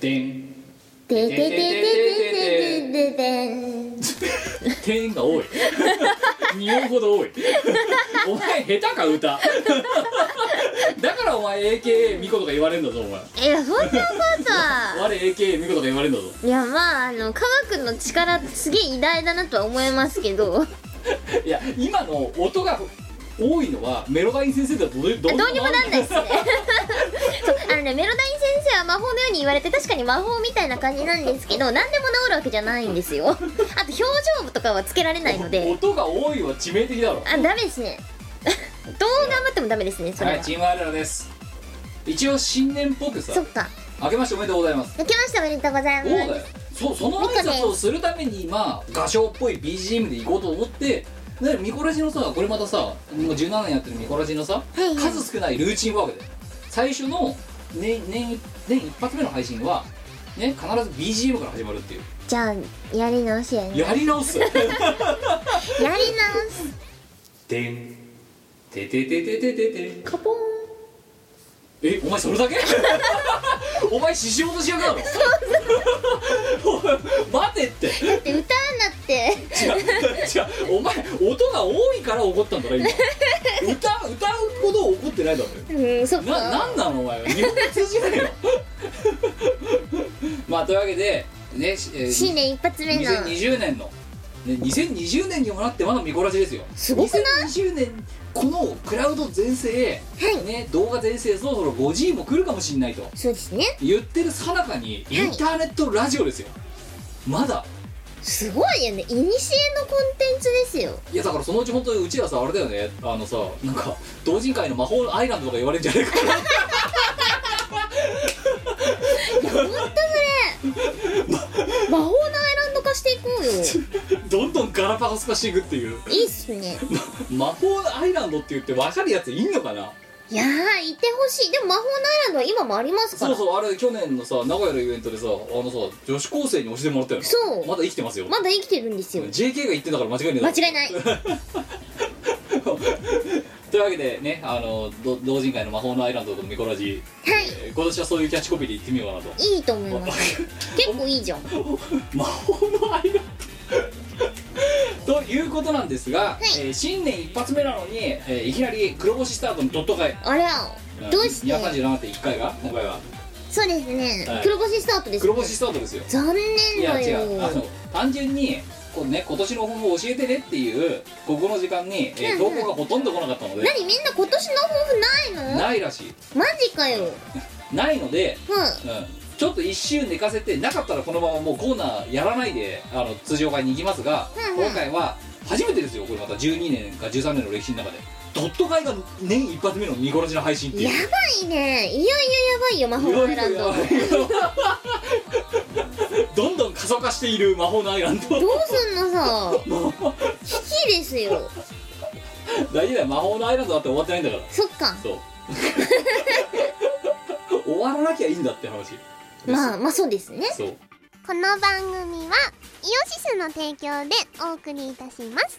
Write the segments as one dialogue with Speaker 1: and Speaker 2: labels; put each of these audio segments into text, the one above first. Speaker 1: でん
Speaker 2: ででででででででん
Speaker 1: てんが 多い日本ほど多いお前下手か歌だからお前 AKA ミコとか言われるんだぞお前
Speaker 2: いやそんなことは
Speaker 1: 我 AKA ミコとか言われるんだぞ
Speaker 2: いやまああの科学の力すげえ偉大だなとは思いますけど
Speaker 1: いや今の音が多いのはメロダイン先生ではどうでど
Speaker 2: どうにもなんないっすね
Speaker 1: い
Speaker 2: そうあのねメロダイン先生は魔法のように言われて確かに魔法みたいな感じなんですけど何でも治るわけじゃないんですよあと表情部とかはつけられないので
Speaker 1: 音が多いは致命的だろ
Speaker 2: あダメですねどう頑張ってもダメですねそ
Speaker 1: は
Speaker 2: れ
Speaker 1: い
Speaker 2: は
Speaker 1: チームアレラです一応新年っぽくさ
Speaker 2: そっか
Speaker 1: 明けましておめでとうございます
Speaker 2: できましたおめでとうござい
Speaker 1: そうだ
Speaker 2: ま
Speaker 1: よそその挨拶をするためにまあ画唱っぽい BGM で行こうと思ってでミコラジのさこれまたさもう17年やってるミコラジのさ
Speaker 2: いはい
Speaker 1: 数少ないルーチンワークで最初の年年年一発目の配信はね必ず BGM から始まるっていう
Speaker 2: すじゃあやり直しやね
Speaker 1: やり直 す
Speaker 2: やり直す
Speaker 1: でんてててててててん
Speaker 2: カポーン
Speaker 1: えお前それ だけお前 獅子落とし役なの 待てって
Speaker 2: だって歌うんだって
Speaker 1: 違う違うお前音が多いから怒ったんだろ今歌歌うほど怒ってないだろ
Speaker 2: うんそっか
Speaker 1: ななんなのお前は日本語通じないよ まあというわけでねしえー
Speaker 2: 新年一発目の
Speaker 1: 2020年の、ね、2020年にもなってまだ見こらしですよ
Speaker 2: すごくない
Speaker 1: 2020年このクラウド全盛、
Speaker 2: はい
Speaker 1: ね、動画全盛そろそろ 5G も来るかもしれないと
Speaker 2: そうですね
Speaker 1: 言ってるさなかにインターネットラジオですよ、まだ
Speaker 2: すごいよねいにしえのコンテンツですよ
Speaker 1: いやだからそのうち本当にうちらさあれだよねあのさなんか同人会の魔法アイランドとか言われるんじゃないかな
Speaker 2: いやほんとそ れ魔法のアイランド化していこうよ
Speaker 1: どんどんガラパゴス化していくっていう
Speaker 2: いいっすね
Speaker 1: 魔法アイランドって言って分かるやついんのかない
Speaker 2: やーいてほしいでも魔法のアイランドは今もありますか
Speaker 1: そう
Speaker 2: ら
Speaker 1: そうあれ去年のさ名古屋のイベントでさあのさ女子高生に教えてもらったよね
Speaker 2: そう
Speaker 1: まだ生きてますよ、
Speaker 2: まだ生きてるんですよ
Speaker 1: JK が言ってんだから間違いねえだろ
Speaker 2: 間違いない
Speaker 1: というわけでねあのど同人会の魔法のアイランドとミコラジ、
Speaker 2: はい
Speaker 1: えー今年はそういうキャッチコピーで言ってみようかなと
Speaker 2: いいと思います結構いいじゃんは
Speaker 1: 魔法のアイランドということなんですが、
Speaker 2: い
Speaker 1: えー新年一発目なのに、えーいきなり黒星スタートのドット会
Speaker 2: あらどうして
Speaker 1: 237.1回が今回は
Speaker 2: そうですね、
Speaker 1: はい
Speaker 2: 黒星スタートですね
Speaker 1: 黒星スタートですよ
Speaker 2: 残
Speaker 1: い
Speaker 2: 念
Speaker 1: や
Speaker 2: だ
Speaker 1: 違
Speaker 2: よ
Speaker 1: うあの単純にこう、ね、今年の方法を教えてねっていうここの時間に、えー
Speaker 2: うん
Speaker 1: 投
Speaker 2: うん
Speaker 1: 稿がほとんど来なかったので
Speaker 2: 何みんな今年の抱負ないの
Speaker 1: ないらし
Speaker 2: マジかよ
Speaker 1: いないので、
Speaker 2: は
Speaker 1: うん、ちょっと一周寝かせてなかったらこのままもうコーナーやらないであの通常会に行きますが、
Speaker 2: うんうん
Speaker 1: 今回は初めてですよこれまた12年か13年の歴史の中でドット会が年一発目のニコラジの配信って
Speaker 2: い
Speaker 1: い
Speaker 2: や
Speaker 1: う
Speaker 2: ばいねいよいよやばいよ魔法のアイランドどう
Speaker 1: どんどん加速化している魔法のアイランド
Speaker 2: すんの さ危機ですよ
Speaker 1: 大丈夫だよ魔法のアイランドだって終わってないんだから
Speaker 2: そっか
Speaker 1: そう 終わらなきゃいいんだって話
Speaker 2: まあ
Speaker 1: あ
Speaker 2: まあそうですね
Speaker 1: そう
Speaker 3: この番組はイオシスの提供でお送りいたします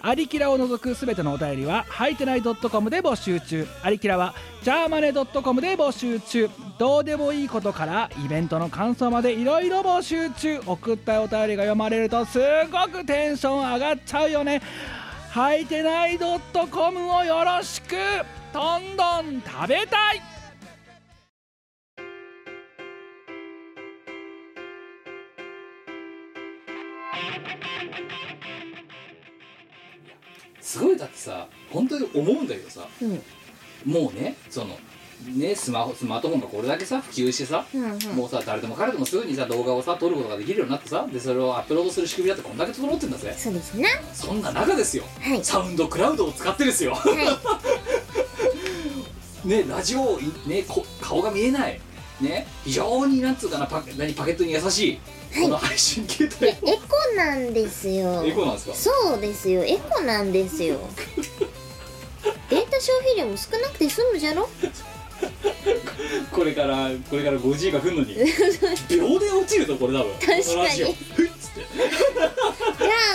Speaker 4: アリキラを除くすべてのお便りは、はいてない .com で募集中。アリキラは、ジャーマネ .com で募集中。どうでもいいことから、イベントの感想までいろいろ募集中。送ったお便りが読まれると、すごくテンション上がっちゃうよね。はいてない .com をよろしくどんどん食べたい
Speaker 1: すごいだってさ本当に思うんだけどさ
Speaker 2: うん
Speaker 1: もうねそのねスマホスマートフォンがこれだけさ普及してさ、
Speaker 2: うんうん
Speaker 1: もうさ誰でも彼でもすぐにさ動画をさ撮ることができるようになってさでそれをアップロードする仕組みだってこんだけ整ってんだぜ
Speaker 2: そうですね
Speaker 1: そんな中ですよ
Speaker 2: はい
Speaker 1: サウンドクラウドを使ってですよ
Speaker 2: はい
Speaker 1: ねラジオをいねこ顔が見えないね非常になんつうかなパケ何パケットに優しいこの配信形態
Speaker 2: エコなんですよ
Speaker 1: エコなんですか
Speaker 2: そうですよエコなんですよデータ消費量も少なくて済むじゃ ろ
Speaker 1: これからこれから 5G が来る のに秒で落ちるぞこれ多分確
Speaker 2: か
Speaker 1: ふ
Speaker 2: に
Speaker 1: っつって
Speaker 2: いや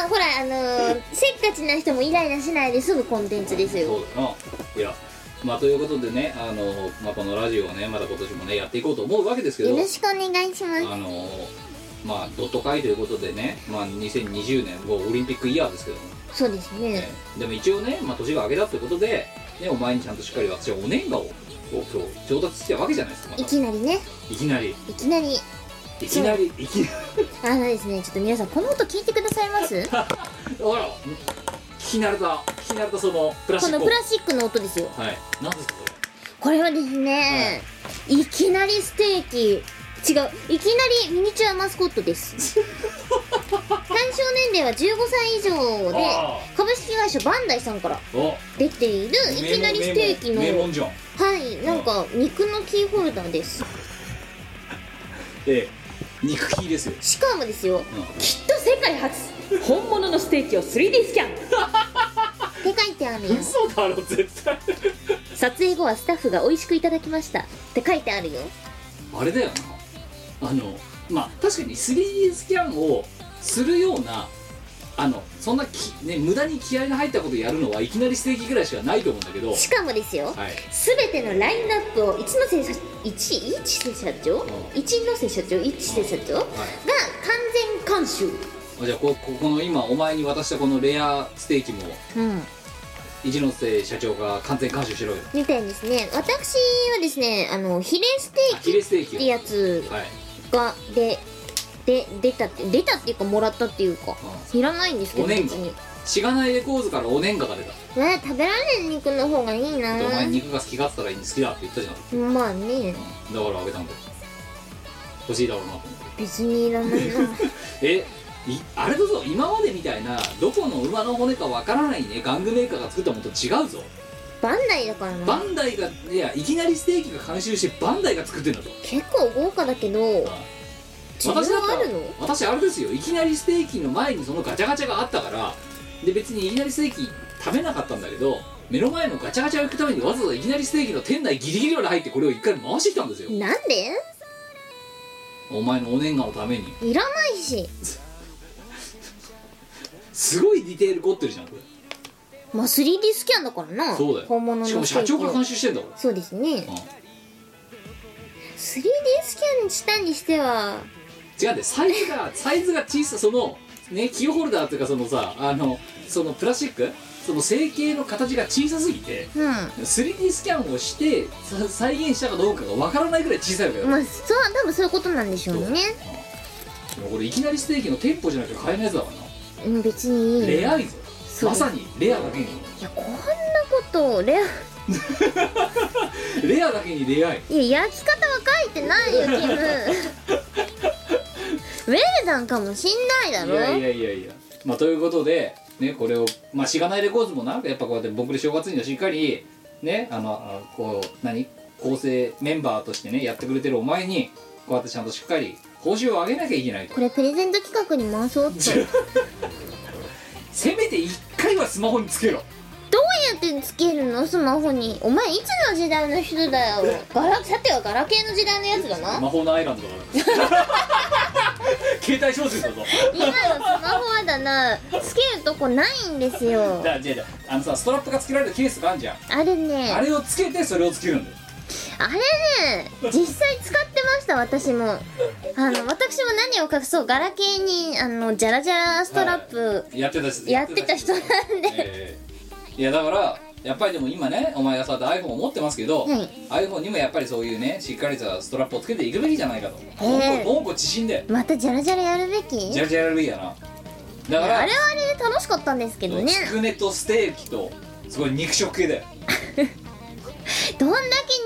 Speaker 2: ーほらあのー、せっかちな人もイライラしないですぐコンテンツです
Speaker 1: そ
Speaker 2: よ
Speaker 1: うだないやまあということでねあの、まあ、このラジオをねまた今年もねやっていこうと思うわけですけど
Speaker 3: よろしくお願いします
Speaker 1: あのまあドット会ということでね、まあ、2020年もうオリンピックイヤーですけども、
Speaker 2: そうですね
Speaker 1: ねでも一応ね、まあ、年が明けたってことで、ね、お前にちゃんとしっかり私はお年賀をこう今日調達してたわけじゃないですか、ま
Speaker 2: い
Speaker 1: た
Speaker 2: きなりね
Speaker 1: いきなり
Speaker 2: いきなり
Speaker 1: いきなりいきなり
Speaker 2: あのですねちょっと皆さんこの音聞いてくださ いますこ
Speaker 1: あら聞き慣れた聞き慣れたそのプラスチッ
Speaker 2: の
Speaker 1: ク
Speaker 2: プラスチックの音ですよ
Speaker 1: はい何ですかこ
Speaker 2: これはですね、い、きなりステーキ違ういきなりミニチュアマスコットで す対象年齢は15歳以上で
Speaker 1: ああ
Speaker 2: 株式会社バンダイさんから
Speaker 1: れお
Speaker 2: できているいきなりステーキの
Speaker 1: 名門名門じゃん
Speaker 2: はいなんか肉のキーホルダーです
Speaker 1: ええ肉切りですよ、
Speaker 2: しかもです
Speaker 1: う
Speaker 2: よ
Speaker 1: ん
Speaker 2: きっと世界初本物のステーキを 3D スキャンって書いてあるよ
Speaker 1: 嘘だろ絶対
Speaker 2: 撮影後はスタッフが美味しくいただきましたって書いてあるよ
Speaker 1: あれだよなあのまあ確かに 3D スキャンをするようなあのそんなき、ね、無駄に気合いの入ったことやるのはいきなりステーキぐらいしかないと思うんだけど
Speaker 2: しかもですよ、
Speaker 1: はい
Speaker 2: すべてのラインナップを一ノ瀬社一一瀬社長
Speaker 1: ん
Speaker 2: 一ノ瀬社長一瀬社長が完全監修
Speaker 1: じゃあこここの今お前に渡したこのレアステーキも
Speaker 2: うん
Speaker 1: 一ノ瀬社長が完全監修しろよ
Speaker 2: みたいですね私はですねあのヒレステ
Speaker 1: あ
Speaker 2: ー
Speaker 1: ヒ
Speaker 2: キ
Speaker 1: レ
Speaker 2: っ
Speaker 1: ステーキ
Speaker 2: てやつ
Speaker 1: はい
Speaker 2: がでで出たって出たっていうかもらったっていうかいらないんですけど
Speaker 1: お年賀
Speaker 2: 別に
Speaker 1: しがないレコーズからお年賀が出た
Speaker 2: ね食べられる肉の方がいいな
Speaker 1: お前肉が好き勝ったらいい好きだって言ったじゃん、
Speaker 2: まあね
Speaker 1: うんだからあげたんだよ欲しいだろうなと思って
Speaker 2: 別にいらない な
Speaker 1: えいあれだぞ今までみたいなどこの馬の骨かわからないね玩具メーカーが作ったものと違うぞ、
Speaker 2: バンダイだから
Speaker 1: バ
Speaker 2: な
Speaker 1: ンダイがいやいきなりステーキが監修してバンダイが作ってんだぞ
Speaker 2: 結構豪華だけど需
Speaker 1: 私だった
Speaker 2: 要
Speaker 1: ら
Speaker 2: あるの
Speaker 1: 私あれですよいきなりステーキの前にそのガチャガチャがあったからで別にいきなりステーキ食べなかったんだけど目の前のガチャガチャを行くためにわざわざいきなりステーキの店内ギリギリまで入ってこれを一回回してきたんですよ
Speaker 2: なんで
Speaker 1: お前のお年賀のために
Speaker 2: いらないし
Speaker 1: すごいディテール凝ってるじゃんこれ
Speaker 2: まあ 3D スキャンだからな
Speaker 1: そうだよ
Speaker 2: 本物の
Speaker 1: しかも
Speaker 2: ス
Speaker 1: 社
Speaker 2: テーキを
Speaker 1: 長が監修してんだか
Speaker 2: そうですね
Speaker 1: ら、うん
Speaker 2: 3D スキャンしたにしては
Speaker 1: 違うんだよサイズがサイズが小さいそのねキーホルダーっていうかそのさあのそのプラスチックその成形の形が小さすぎて
Speaker 2: うん
Speaker 1: 3D スキャンをしてさ再現したかどうかがわからないぐらい小さいわけだよ、
Speaker 2: まあそう多分そういうことなんでしょうね
Speaker 1: もうこれいきなりステーキの店舗じゃなくて買えないやつだからな、
Speaker 2: うん別にいい
Speaker 1: レアいぞ
Speaker 2: そう
Speaker 1: まさにレアだけに
Speaker 2: いやこんなことレ
Speaker 1: レアだけにレアい
Speaker 2: アいや焼き方は書いてないよキムウェルダンかもしんないだ
Speaker 1: い
Speaker 2: ろ
Speaker 1: やいやいやいやまあということでねこれをまあしがないレコーズもなやっぱこうやって僕で正月にはしっかりねあのあのこう何構成メンバーとしてねやってくれてるお前にこうやってちゃんとしっかり報酬を上げなきゃいけないと
Speaker 2: これプレゼント企画に回そうっとどうや
Speaker 1: せめて一回はスマホにつけろ
Speaker 2: ってつけるのスマホにお前いつの時代の人だよガラさてはガラケーの時代のやつだな
Speaker 1: 魔法のアイランドだから 携帯小説だぞ
Speaker 2: 今のスマホはだなつけるとこないんですよ
Speaker 1: じゃあじゃあじゃああのさストラップがつけられるケースがあるじゃん
Speaker 2: あれね
Speaker 1: あれをつけてそれをつけるんだよ
Speaker 2: あれね実際使ってました私もあの私も何を隠そうガラケーにあのジャラジャラストラップ
Speaker 1: やってたし
Speaker 2: やってた人なんで、
Speaker 1: えーいやだからやっぱりでも今ねお前がさ iPhone を持ってますけど、
Speaker 2: はい
Speaker 1: iPhone にもやっぱりそういうねしっかりしたストラップをつけていくべきじゃないかと
Speaker 2: ええ
Speaker 1: もうこ縮んで
Speaker 2: またジャラジャラやるべき
Speaker 1: ジャルジャルルイやなだ
Speaker 2: あ
Speaker 1: か
Speaker 2: れは
Speaker 1: ら
Speaker 2: あれで楽しかったんですけどね
Speaker 1: つくねとステーキとすごい肉食系だよ
Speaker 2: どんだけ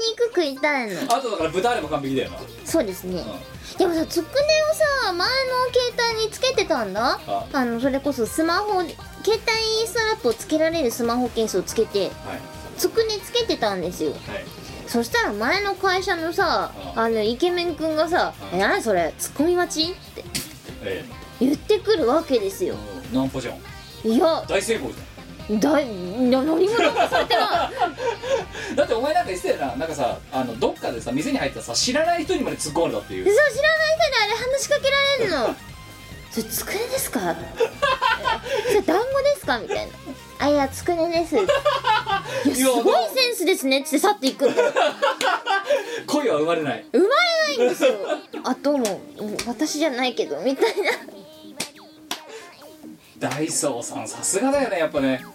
Speaker 2: 肉食いたいの
Speaker 1: あとだから豚あれば完璧だよな、うん、
Speaker 2: そうですねでもさつくねをさ前の携帯につけてたんだ
Speaker 1: あ
Speaker 2: あのそれこそスマホ携帯ストラップをつけられるスマホケースをつけて
Speaker 1: はい
Speaker 2: つくねつけてたんですよ
Speaker 1: はい
Speaker 2: そしたら前の会社のさ
Speaker 1: うん
Speaker 2: あのイケメンくんがさ「
Speaker 1: うん
Speaker 2: え何それツッコミ待ち?」って
Speaker 1: え
Speaker 2: 言ってくるわけです
Speaker 1: え
Speaker 2: よ
Speaker 1: ナンパじゃん
Speaker 2: いや
Speaker 1: 大成功じゃ
Speaker 2: だいな何 もナンパされてない
Speaker 1: んだってお前なんか言ってたよななんかさあのどっかでさ店に入ったらさ知らない人にまで突っ込まれたっていう
Speaker 2: そう知らない人であれ話しかけられるの それ机ですか それ団子ですかみたいな「あいや机です」いや
Speaker 1: い
Speaker 2: す
Speaker 1: や
Speaker 2: ごいセンスですね」っつって去っていくんだよ
Speaker 1: 恋は生まれない
Speaker 2: 生まれないんですよあどうもうん私じゃないけどみたいな
Speaker 1: ダイソーさんさすがだよねやっぱね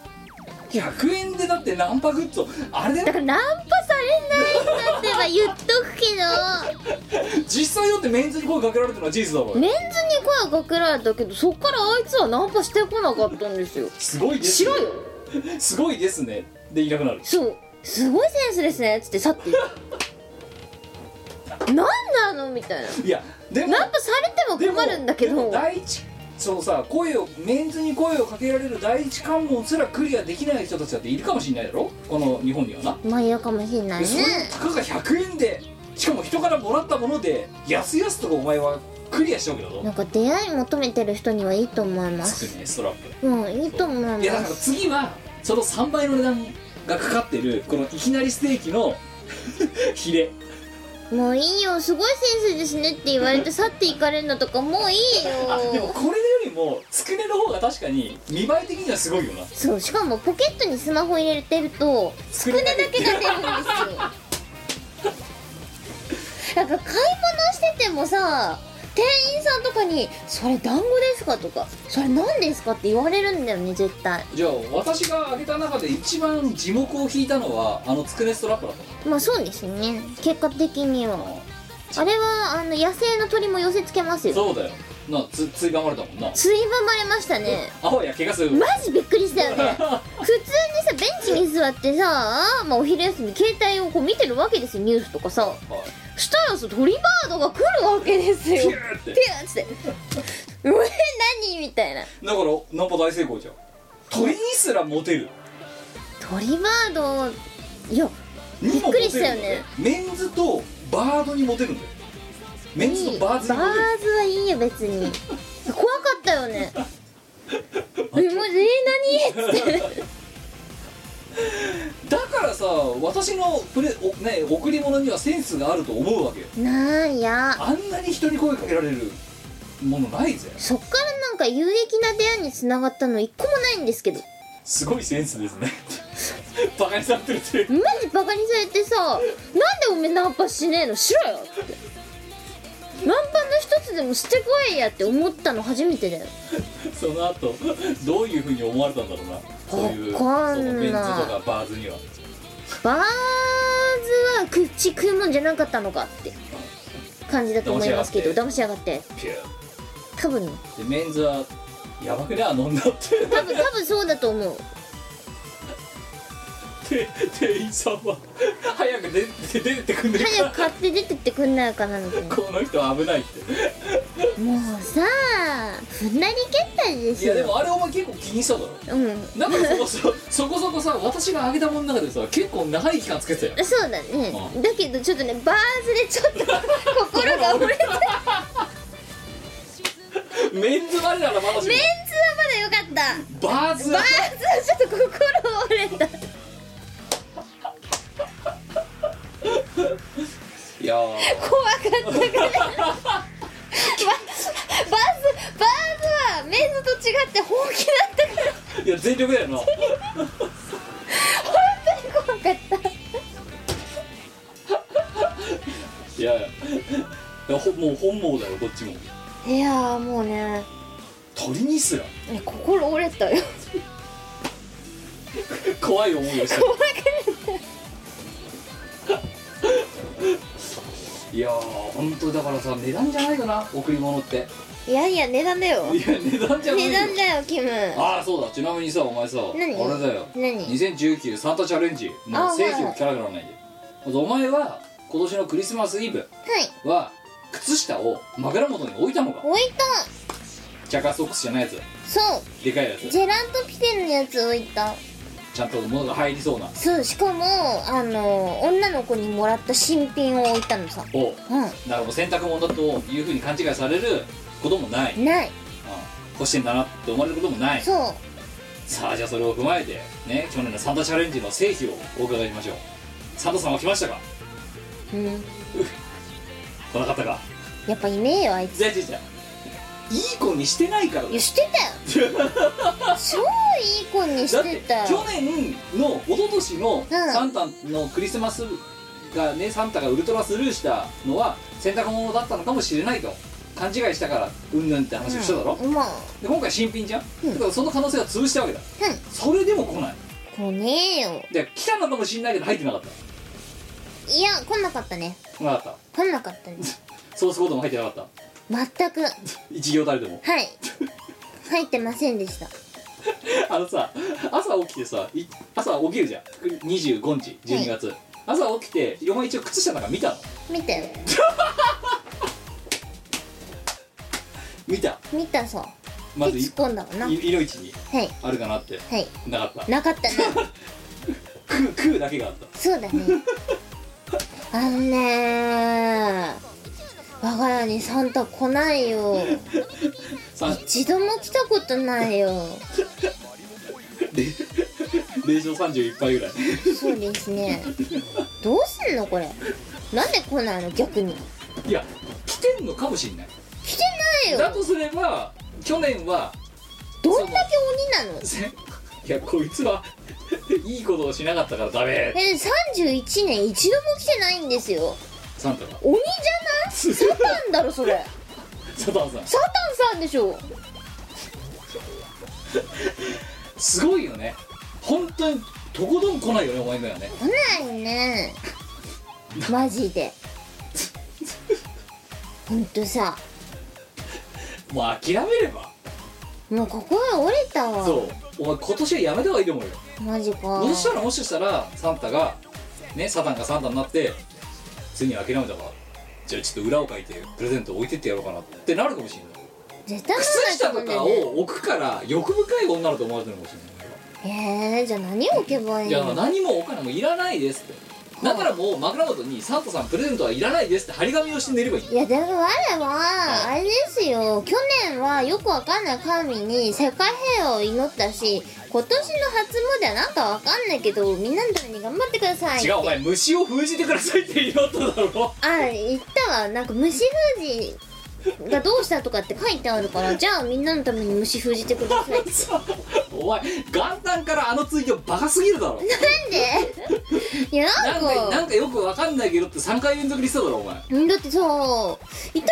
Speaker 1: 100円でだってナンパグッズをあれで
Speaker 2: だからナンパされないんだってば言っとくけど
Speaker 1: 実際だってメンズに声かけられてるのは事実だろうよ
Speaker 2: メンズに声をかけられたけどそっからあいつはナンパしてこなかったんですよ
Speaker 1: すごいです
Speaker 2: し
Speaker 1: ね
Speaker 2: ろよ
Speaker 1: すごいですねでいなくなる
Speaker 2: そうすごいセンスですねっつって去っていくなんなのみたいない
Speaker 1: やでも
Speaker 2: ナンパされて
Speaker 1: で
Speaker 2: も
Speaker 1: も
Speaker 2: 困るんだけ
Speaker 1: でも
Speaker 2: ど
Speaker 1: 第一そのさ声をメンズに声をかけられる第一関門すらクリアできない人たちだっているかもしれないだろこの日本にはな、
Speaker 2: まあ嫌かもしんない
Speaker 1: でそれを
Speaker 2: ね
Speaker 1: たかが100円でしかも人からもらったものでやすやすとお前はクリアしたわけだぞ
Speaker 2: なんか出会い求めてる人にはいいと思いま
Speaker 1: つく
Speaker 2: す
Speaker 1: ねストラップ
Speaker 2: うんいいと思いま
Speaker 1: いやだから
Speaker 2: す
Speaker 1: 次はその3倍の値段がかかってるこのいきなりステーキの ヒレ
Speaker 2: もういいよすごいセンスですねって言われて去っていかれるのとかもういい
Speaker 1: あでも
Speaker 2: よ
Speaker 1: これよりもつくねの方が確かに見栄え的にはすごいよな
Speaker 2: そうしかもポケットにスマホ入れてると
Speaker 1: つく
Speaker 2: 胸だ けが出るんですよなんか買い物しててもさ店員さんとかに「それ団子ですか?」とか「それ何ですか?」って言われるんだよね絶対
Speaker 1: じゃあ私が挙げた中で一番字幕を引いたのはあのつくねストラップだった
Speaker 2: まあそうですね結果的には
Speaker 1: の
Speaker 2: あれはあの野生の鳥も寄せつけますよ
Speaker 1: そうだよなつついばまれたもんな
Speaker 2: ついばまれましたね
Speaker 1: あわや怪我する
Speaker 2: マジびっくりした よね普通にさベンチに座ってさ、まあ、お昼休み携帯をこう見てるわけですよニュースとかさ
Speaker 1: はい
Speaker 2: したらさ鳥バードが来るわけですよ
Speaker 1: ピュ
Speaker 2: ピュ
Speaker 1: ーって
Speaker 2: ーっつって「うえ何?」みたいな
Speaker 1: だからナンパ大成功じゃん鳥にすらモテる
Speaker 2: 鳥バードいや
Speaker 1: にもモテるんだ
Speaker 2: びっくりしたよね
Speaker 1: メンズとバードにモテるんだよメンズ
Speaker 2: いい
Speaker 1: とバー
Speaker 2: バー
Speaker 1: ズにモテる
Speaker 2: ズはいいよ別に 怖かったよねえもうえ何っつって
Speaker 1: だからさ私のプレお、ね、贈り物にはセンスがあると思うわけよ
Speaker 2: なんや
Speaker 1: あんなに人に声かけられるものないぜ
Speaker 2: そっからなんか有益な出会いにつながったの一個もないんですけど
Speaker 1: すごいセンスですね バカにされてるっていう
Speaker 2: マジバカにされてさなんでおめえナンパしねえのしろよってナンパの一つでもしてこいやって思ったの初めてだよ
Speaker 1: その後どういうふうに思われたんだろうなそういう
Speaker 2: わ
Speaker 1: そ
Speaker 2: かんない
Speaker 1: のベンツとかバーズには
Speaker 2: バーズは口食うもんじゃなかったのかって感じだと思いますけど騙しやがって
Speaker 1: ピュ
Speaker 2: 多分
Speaker 1: ーでメンズはやばくねあの女って
Speaker 2: 多分多分そうだと思う
Speaker 1: で店員さんは早く出て出てくんねえ
Speaker 2: 早
Speaker 1: か
Speaker 2: く買って出てってくんないかなみたいな
Speaker 1: この人危ないって
Speaker 2: もうさふんなりけったりです
Speaker 1: いや
Speaker 2: よ
Speaker 1: でもあれお前結構気にしただろ
Speaker 2: うん
Speaker 1: なんかそこそそこそこさ私があげたものの中でさ結構長い期間つけてたよ
Speaker 2: そうだね
Speaker 1: う
Speaker 2: だけどちょっとねバーズでちょっと心が折れた
Speaker 1: メンズまでならまだしも
Speaker 2: メンツはまだ良かった
Speaker 1: バーズ
Speaker 2: バ
Speaker 1: は
Speaker 2: ーズはちょっと心折れた
Speaker 1: いやー
Speaker 2: 怖かったからババーズバーズはメンズと違って本気だったから
Speaker 1: いや全力だよな
Speaker 2: 本当に怖かっ
Speaker 1: いやいやいやほもう本望だよこっちも
Speaker 2: たいやーもうね
Speaker 1: 鳥にすら
Speaker 2: ね心折れたよ
Speaker 1: 怖い思いをした怖いやー本当だからさ値段じゃないよな贈り物っていや
Speaker 2: いやいや値段だよ
Speaker 1: 値段じゃないよ
Speaker 2: 値段だよキム
Speaker 1: ああそうだちなみにさお前さあれ
Speaker 2: 何
Speaker 1: だよ
Speaker 2: 何
Speaker 1: 2019サンタチャレンジも
Speaker 2: あ
Speaker 1: う正規
Speaker 2: は
Speaker 1: も
Speaker 2: い
Speaker 1: キャラにならないで、お前は今年のクリスマスイブ
Speaker 2: はい
Speaker 1: は靴下を枕元に置いたのか
Speaker 2: 置いた
Speaker 1: チャカソックスじゃないやつ
Speaker 2: そ
Speaker 1: でかいや
Speaker 2: う
Speaker 1: つ
Speaker 2: ジェラントピテのやつ置いた
Speaker 1: ちゃんと物が入りそうな
Speaker 2: そうしかもあの女の子にもらった新品を置いたのさ
Speaker 1: を
Speaker 2: う
Speaker 1: だからもう洗濯物だというふうに勘違いされることもない、うん
Speaker 2: ない
Speaker 1: 干してんだなって思われることもない
Speaker 2: そう
Speaker 1: さあじゃあそれを踏まえてね去年のサンタチャレンジの成否をお伺いしましょうサンタさんは来ましたか
Speaker 2: うん
Speaker 1: 来なかったか
Speaker 2: やっぱいねえよあいつ
Speaker 1: じゃあじゃあじゃあいい子にしてないからだ
Speaker 2: いやしてたよ超いい子に
Speaker 1: だっ
Speaker 2: して
Speaker 1: て
Speaker 2: た
Speaker 1: 去
Speaker 2: よ
Speaker 1: 年の一昨年の
Speaker 2: うん
Speaker 1: サンタのクリスマスがねサンタがウルトラスルーしたのは洗濯物だったのかもしれないと勘違いしたからうんぬんって話をしただろ、
Speaker 2: まあ
Speaker 1: で今回新品じゃん、
Speaker 2: うん
Speaker 1: だからその可能性は潰したわけだ、
Speaker 2: うん
Speaker 1: それでも来ない
Speaker 2: 来ねえよ
Speaker 1: で来たのかもしれないけど入ってなかった
Speaker 2: いや来なかったね
Speaker 1: 来なかった
Speaker 2: 来なかったね
Speaker 1: ソースコードも入ってなかった
Speaker 2: 全くはい
Speaker 1: 一行たりでも
Speaker 2: 入ってませんでした
Speaker 1: あのさ朝起きてさい朝起きるじゃん25日12月、朝起きて横一応靴下なんか見たの
Speaker 2: 見たよ
Speaker 1: 見た
Speaker 2: 見たさ手
Speaker 1: まずい
Speaker 2: 突っ込んだかなはい
Speaker 1: 色市に
Speaker 2: い
Speaker 1: あるかなって
Speaker 2: はい
Speaker 1: なかった
Speaker 2: なかったね
Speaker 1: 空空だけがあった
Speaker 2: そうだねあのね我が家にサンタ来ないよ
Speaker 1: さん
Speaker 2: 一度も来たことないよ
Speaker 1: 0勝31杯ぐらい
Speaker 2: そうですねどうすんのこれなんで来ないの逆に
Speaker 1: いや来てんのかもしれない
Speaker 2: 来てな
Speaker 1: だ
Speaker 2: いよ
Speaker 1: とすれば去年は
Speaker 2: どんだけ鬼なの
Speaker 1: せいやこいつはいいことをしなかったからダメ
Speaker 2: え31年一度も来てないんですよ
Speaker 1: サンタが
Speaker 2: 鬼じゃないサタンだろそれ
Speaker 1: サタンさん
Speaker 2: サタンさんでしょ
Speaker 1: すごいよね本当にとことん来ないよねお前ぐらいはね
Speaker 2: 来ないねマジでほんとさ
Speaker 1: もう諦めれば
Speaker 2: もう心折れたわ
Speaker 1: そうお前今年はやめた方がいいと思うよ
Speaker 2: マジか
Speaker 1: そしたらもしかしたらサンタがねサタンがサンタになってついに諦めたからじゃあちょっと裏を書いてプレゼント置いてってやろうかなってなるかもしれない
Speaker 2: 絶対
Speaker 1: 靴下
Speaker 2: な
Speaker 1: と
Speaker 2: いと
Speaker 1: か
Speaker 2: 思うんだよね
Speaker 1: を置くから欲深い女だと思われてるのかもしれない
Speaker 2: えー、じゃあ何を置けばいい
Speaker 1: いや
Speaker 2: の
Speaker 1: 何もお金もいらないですってだからもう枕元にサンタさんプレゼントはいらないですって張り紙をして寝ればいい
Speaker 2: いやでも我はあれですよ去年はよくわかんない神に世界平和を祈ったし今年の初詣はなんかわかんないけどみんなのために頑張ってくださいって
Speaker 1: 違うお前虫を封じてくださいって言おうとだ ろ
Speaker 2: あ言ったわなんか虫封じがどうしたとかって書いてある からじゃあみんなのために虫封じてくださいって
Speaker 1: お前元旦からあのツイートバカすぎるだろ
Speaker 2: なんでいや
Speaker 1: な
Speaker 2: なんん
Speaker 1: か
Speaker 2: か
Speaker 1: なんかよくわかんないけどって3回連続リストだろお前
Speaker 2: だってさ一体これ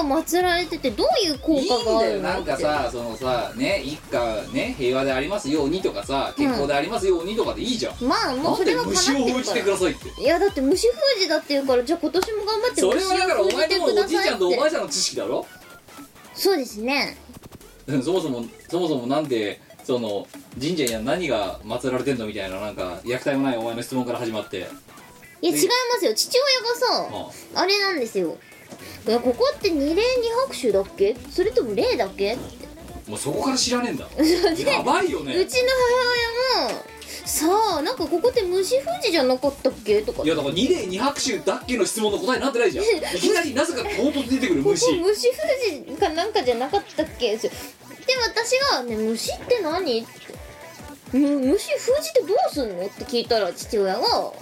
Speaker 2: 何が祀られててどういう効
Speaker 1: いいん
Speaker 2: 果があ
Speaker 1: だよ
Speaker 2: るの
Speaker 1: なんか
Speaker 2: って
Speaker 1: さそのさね一家ね平和でありますようにとかさ健康でありますようにとかでいいじゃん、
Speaker 2: まあ
Speaker 1: な
Speaker 2: もうんそ
Speaker 1: で
Speaker 2: れは
Speaker 1: 虫
Speaker 2: 叶
Speaker 1: を封
Speaker 2: ってる
Speaker 1: じ
Speaker 2: か
Speaker 1: てく
Speaker 2: ら
Speaker 1: ださいって
Speaker 2: いやだって虫封じだっていうからじゃあ今年も頑張って
Speaker 1: それ
Speaker 2: 虫
Speaker 1: はだからお
Speaker 2: を封じ
Speaker 1: 前
Speaker 2: て
Speaker 1: の
Speaker 2: く
Speaker 1: お
Speaker 2: だ
Speaker 1: じいち
Speaker 2: さい
Speaker 1: ゃ
Speaker 2: っ
Speaker 1: んとおばあ
Speaker 2: て
Speaker 1: ちゃんの知識だろ
Speaker 2: そうですね
Speaker 1: うんそもそもそもそもなんでその神社には何が祀られてんのみたいななんか虐待もないお前の質問から始まって
Speaker 2: いや違いますよ父親がさ
Speaker 1: あ
Speaker 2: あれなんですよいやここって二礼二拍手だっけそれとも礼だっけ
Speaker 1: もうそこから知らねえん だやばいよ
Speaker 2: う
Speaker 1: ね
Speaker 2: ちの母親もさあなんかここって虫封じじゃなかったっけとか
Speaker 1: いやだから2例2拍手だっけの質問の答えになって ないじゃんいきなりなぜか唐突に出てくる
Speaker 2: ここ
Speaker 1: 虫
Speaker 2: 虫封じかなんかじゃなかったっけですよで私が、ね「虫って何?」って「む虫封じってどうすんの?」って聞いたら父親が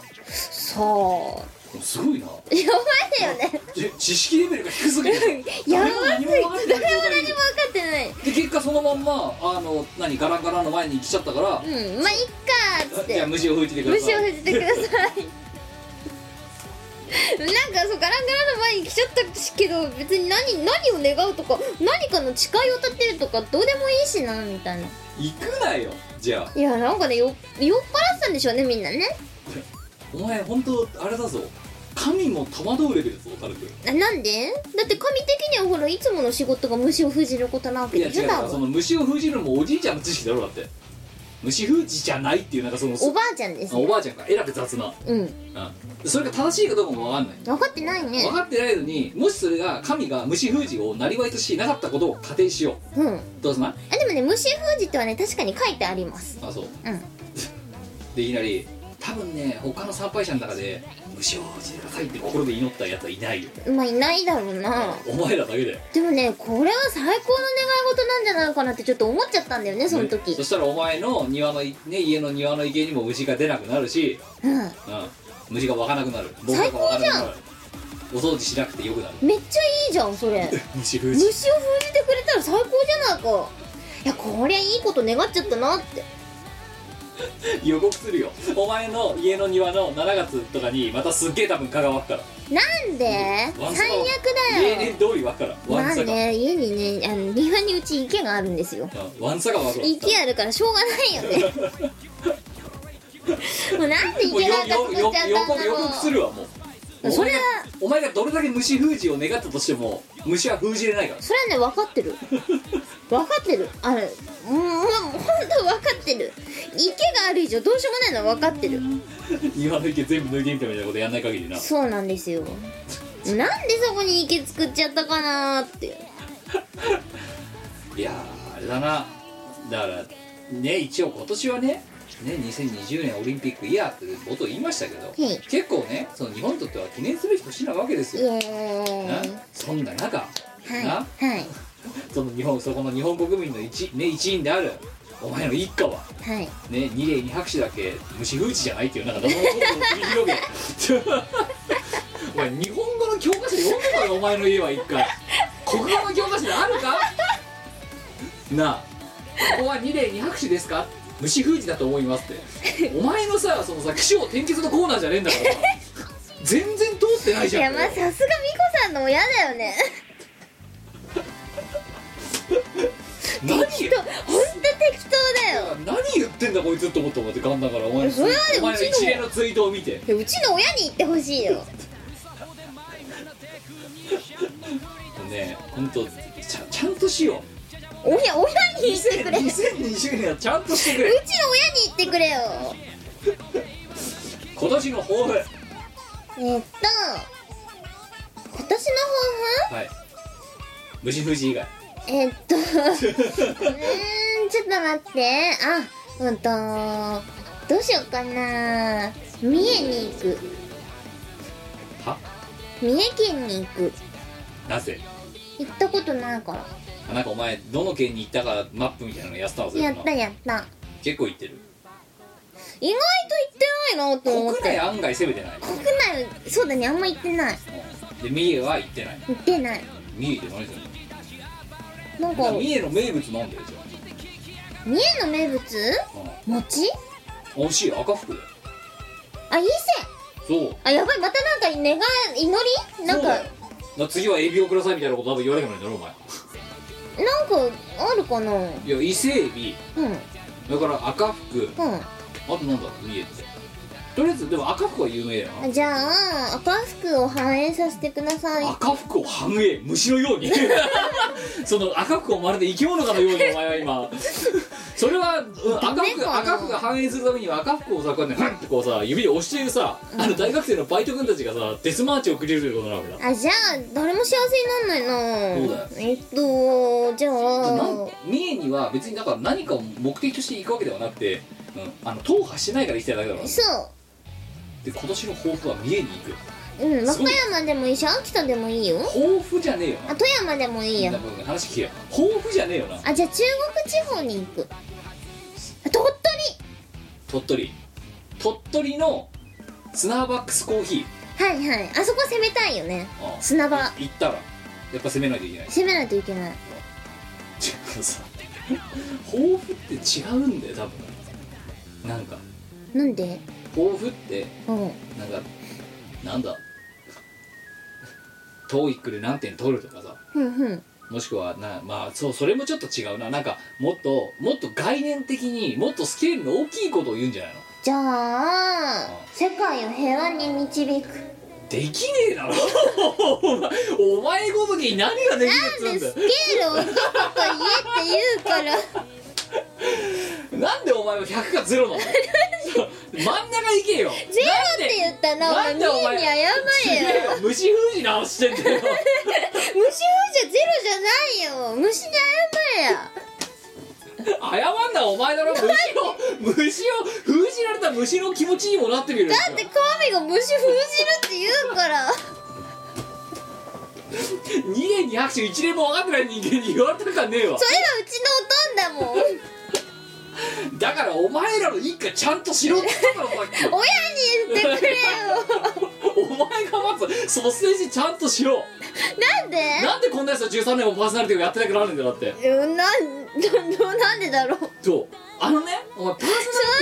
Speaker 2: 「さあ
Speaker 1: すごいな
Speaker 2: や ばいよね
Speaker 1: じ知識レベルが低すぎる
Speaker 2: やばす
Speaker 1: 何
Speaker 2: ぎ
Speaker 1: も
Speaker 2: て
Speaker 1: 分
Speaker 2: 誰
Speaker 1: か
Speaker 2: も
Speaker 1: ってない
Speaker 2: 何も分かってない
Speaker 1: で結果そのまんまあの何ガランガランの前に来ちゃったから
Speaker 2: う、んまあいっかーっつっ
Speaker 1: じゃあ
Speaker 2: て
Speaker 1: 虫を吹いててくださ
Speaker 2: 虫
Speaker 1: い
Speaker 2: を封じてください なんかそうガランガランの前に来ちゃったけど別に何何を願うとか何かの誓いを立てるとかどうでもいいしなみたいな
Speaker 1: 行くなよじゃあ
Speaker 2: いやなんかねよ酔っ払ってたんでしょうねみんなね
Speaker 1: お前本当あれだぞ神も戸惑うレベルだぞ軽く
Speaker 2: ななんでだって神的にはほらいつもの仕事が虫を封じることなわけ
Speaker 1: いや
Speaker 2: でし
Speaker 1: 違
Speaker 2: ょ
Speaker 1: う
Speaker 2: 多
Speaker 1: からそ
Speaker 2: 分
Speaker 1: の虫を封じるのもおじいちゃんの知識だろだって虫封じじゃないっていうなんかその
Speaker 2: おばあちゃんです
Speaker 1: あおばあちゃんかえらく雑な、
Speaker 2: うん
Speaker 1: うん、それが正しいかどうかも分かんない
Speaker 2: 分かってないね
Speaker 1: 分かってないのにもしそれが神が虫封じを生りとしていなかったことを仮定しよ
Speaker 2: うん
Speaker 1: うどうすんな
Speaker 2: あでもね虫封じとはね確かに書いてあります
Speaker 1: あそう
Speaker 2: うん
Speaker 1: でいきなり多分ね他の参拝者の中で「無償をしてください」って心で祈ったやつはいないよ
Speaker 2: まあいないだろうな
Speaker 1: お前らだけだよ
Speaker 2: でもねこれは最高の願い事なんじゃないかなってちょっと思っちゃったんだよねその時
Speaker 1: そしたらお前の庭の、ね、家の庭の池にも虫が出なくなるし、
Speaker 2: うん
Speaker 1: うん、虫が湧かなくなる棒が湧かなくなるお掃除しなくてよくなる
Speaker 2: めっちゃいいじゃんそれ
Speaker 1: 虫封
Speaker 2: 虫
Speaker 1: じ
Speaker 2: を封じてくれたら最高じゃないかいやこりゃいいこと願っちゃったなって
Speaker 1: 予告するよお前の家の庭の7月とかにまたすっげえ多分蚊が湧くから
Speaker 2: なんで
Speaker 1: ワンサ
Speaker 2: 最
Speaker 1: カを
Speaker 2: 悪だ
Speaker 1: 例
Speaker 2: よ
Speaker 1: 年通り湧くからワ
Speaker 2: ま
Speaker 1: ン
Speaker 2: あ
Speaker 1: サカ、
Speaker 2: ね家にねあの庭にうち池があるんですよ
Speaker 1: うんワンサカ湧くわ
Speaker 2: 池あるからしょうがない よねもうなんで
Speaker 1: もう
Speaker 2: 池
Speaker 1: よ
Speaker 2: なんか
Speaker 1: よ
Speaker 2: 作
Speaker 1: よ
Speaker 2: っちゃったん
Speaker 1: 予
Speaker 2: だ
Speaker 1: 告予告す
Speaker 2: ろう
Speaker 1: るわもう
Speaker 2: それは
Speaker 1: お前がお前がどれだけ虫封じを願ったとしても虫は封じれないから
Speaker 2: それはね分かってる分かってるあれもうもう本当分かってる池がある以上どうしようもないのは分かってる
Speaker 1: 庭の池全部抜いてみたいなことやんない限りな
Speaker 2: そうなんですよなんでそこに池作っちゃったかなーって
Speaker 1: いやーあれだなだからね一応今年はねね2020年オリンピックイヤーってことを言いましたけど
Speaker 2: い
Speaker 1: 結構ねその日本にとっては記念すべき年なわけです
Speaker 2: イ
Speaker 1: よ、
Speaker 2: エ
Speaker 1: な
Speaker 2: ーイ
Speaker 1: そんな中
Speaker 2: は
Speaker 1: ない
Speaker 2: はい
Speaker 1: その日本そこの日本国民の一,、ね、一員であるお前の一家は
Speaker 2: はい
Speaker 1: ね二礼二拍手だけ虫封じじゃないっていうなんか謎のことを繰り広げお前日本語の教科書読んでたよお前の家は一回国語の教科書であるかなあここは二礼二拍手ですか虫封じだと思いますってお前のさそのさ起承転結のコーナーじゃねえんだからさ全然通ってない
Speaker 2: い
Speaker 1: じゃ
Speaker 2: や
Speaker 1: ん
Speaker 2: まあさすが美子さんの親だよね
Speaker 1: 何
Speaker 2: と本当適当だよ
Speaker 1: 何言ってんだこいつって思ったもんってガンだからお前の
Speaker 2: それはね
Speaker 1: お前の
Speaker 2: うちの
Speaker 1: 一連のツイートを見て
Speaker 2: いやうちの親に言ってほしいよ
Speaker 1: ね本当ちゃちゃんとしよう
Speaker 2: 親親に言ってくれうちの親に
Speaker 1: 2020年はちゃんとしてくれ
Speaker 2: 言ってくれよ
Speaker 1: 今年の抱負はい
Speaker 2: えっと今年の
Speaker 1: 無事無事以外
Speaker 2: 抱負えっと うーんちょっと待ってあうんとどうしようかな三重に行く
Speaker 1: は
Speaker 2: 三重県に行く
Speaker 1: なぜ
Speaker 2: 行ったことないから
Speaker 1: あなんかお前どの県に行ったかマップみたいなのやったのそれ
Speaker 2: やったやった
Speaker 1: 結構行ってる
Speaker 2: 意外と行ってないなと思っ
Speaker 1: 国
Speaker 2: て
Speaker 1: 内案外攻めてない
Speaker 2: 国内そうだねあんま行ってない
Speaker 1: で三重は行ってない
Speaker 2: 行ってない
Speaker 1: 三重って何するの
Speaker 2: なんか
Speaker 1: じゃあ三重の名物なんだよじゃ
Speaker 2: 三重の名物
Speaker 1: あ、
Speaker 2: 餅
Speaker 1: うん、惜しい赤福だよ
Speaker 2: あ伊勢
Speaker 1: そう
Speaker 2: あやばいまたなんか願い祈りなん
Speaker 1: そう
Speaker 2: か
Speaker 1: だよだら次はエビをくださいみたいなこと多分言われなくないんだろお前
Speaker 2: なんかあるかなうん
Speaker 1: いや伊勢エビ
Speaker 2: うん
Speaker 1: だから赤福あとなんだ三重ってとりあえずでも赤福は有名だよな
Speaker 2: じゃあ赤服を反映させてください
Speaker 1: 赤服を反映虫のよ うにその赤服をまるで生き物かのようにお前は今それは、うん
Speaker 2: ダ
Speaker 1: 赤
Speaker 2: メ
Speaker 1: 服
Speaker 2: かな
Speaker 1: 赤服が反映するためには赤服をさこうやってフンってこうさ指で押しているさ、あの大学生のバイト君たちがさデスマーチを繰り広げることなわけだ
Speaker 2: あじゃあ誰も幸せになんないな
Speaker 1: そう
Speaker 2: えっとじゃ
Speaker 1: じゃあな
Speaker 2: あ
Speaker 1: ん三重には別にだから何かを目的として行くわけではなくて、うん、あの踏破してないから生きてるだけだから
Speaker 2: そ
Speaker 1: で今年の抱負は三重に行く
Speaker 2: ううん和
Speaker 1: そう
Speaker 2: 歌山でもいいし秋田でもいいよ
Speaker 1: 抱負じゃねえよ
Speaker 2: あ
Speaker 1: な
Speaker 2: 富山でもいい
Speaker 1: みん
Speaker 2: よ
Speaker 1: な僕話聞けよ抱負じゃねえよな
Speaker 2: あじゃあ中国地方に行くあ鳥取
Speaker 1: 鳥取鳥取のスナーバックスコーヒー
Speaker 2: はいはいあそこ攻めたいよね
Speaker 1: ああ
Speaker 2: 砂場
Speaker 1: 行ったらやっぱ攻めないといけない 違
Speaker 2: 攻めないといけないう
Speaker 1: さ抱負って違うんだよ多分なんか
Speaker 2: なんで
Speaker 1: 抱負って
Speaker 2: うん
Speaker 1: なんかなんだ トーイックで何点取るとかさ
Speaker 2: ふんふん
Speaker 1: もしくはなまあそうそれもちょっと違うななんかもっともっと概念的にもっとスケールの大きいことを言うんじゃないの
Speaker 2: じゃあ世界を平和に導く
Speaker 1: できねえだろ お前ごときに何ができねえっつうんだ
Speaker 2: で
Speaker 1: よ
Speaker 2: スケールを大きいこと言えって言うから
Speaker 1: なんでお前は100か0なの そう真ん中行けよ
Speaker 2: ゼロって言ったなお前
Speaker 1: なんで
Speaker 2: ミ
Speaker 1: お前
Speaker 2: ーに謝れ
Speaker 1: 違
Speaker 2: よ
Speaker 1: うよ虫封じ直してんだよ
Speaker 2: 虫風じゃゼロじゃないよ虫に謝れや
Speaker 1: 謝んたお前だろ虫 を虫を封じられた虫の気持ちにもなってみるだ
Speaker 2: だって神が虫封じるって言うから
Speaker 1: 2年に拍手1年も分かってない人間に言われたかねえわ
Speaker 2: それがうちのおとんだもん親に
Speaker 1: だからお前らの一家ちゃんとしろって言ったからさっ
Speaker 2: 言ってくれよ
Speaker 1: き お前がまずソーセージちゃんとしろ
Speaker 2: なんで
Speaker 1: なんでこんなやつは13年もパーソナリティをやってなくなるんだよだって
Speaker 2: うんなんななんでだろう
Speaker 1: そうあのねお前パーソ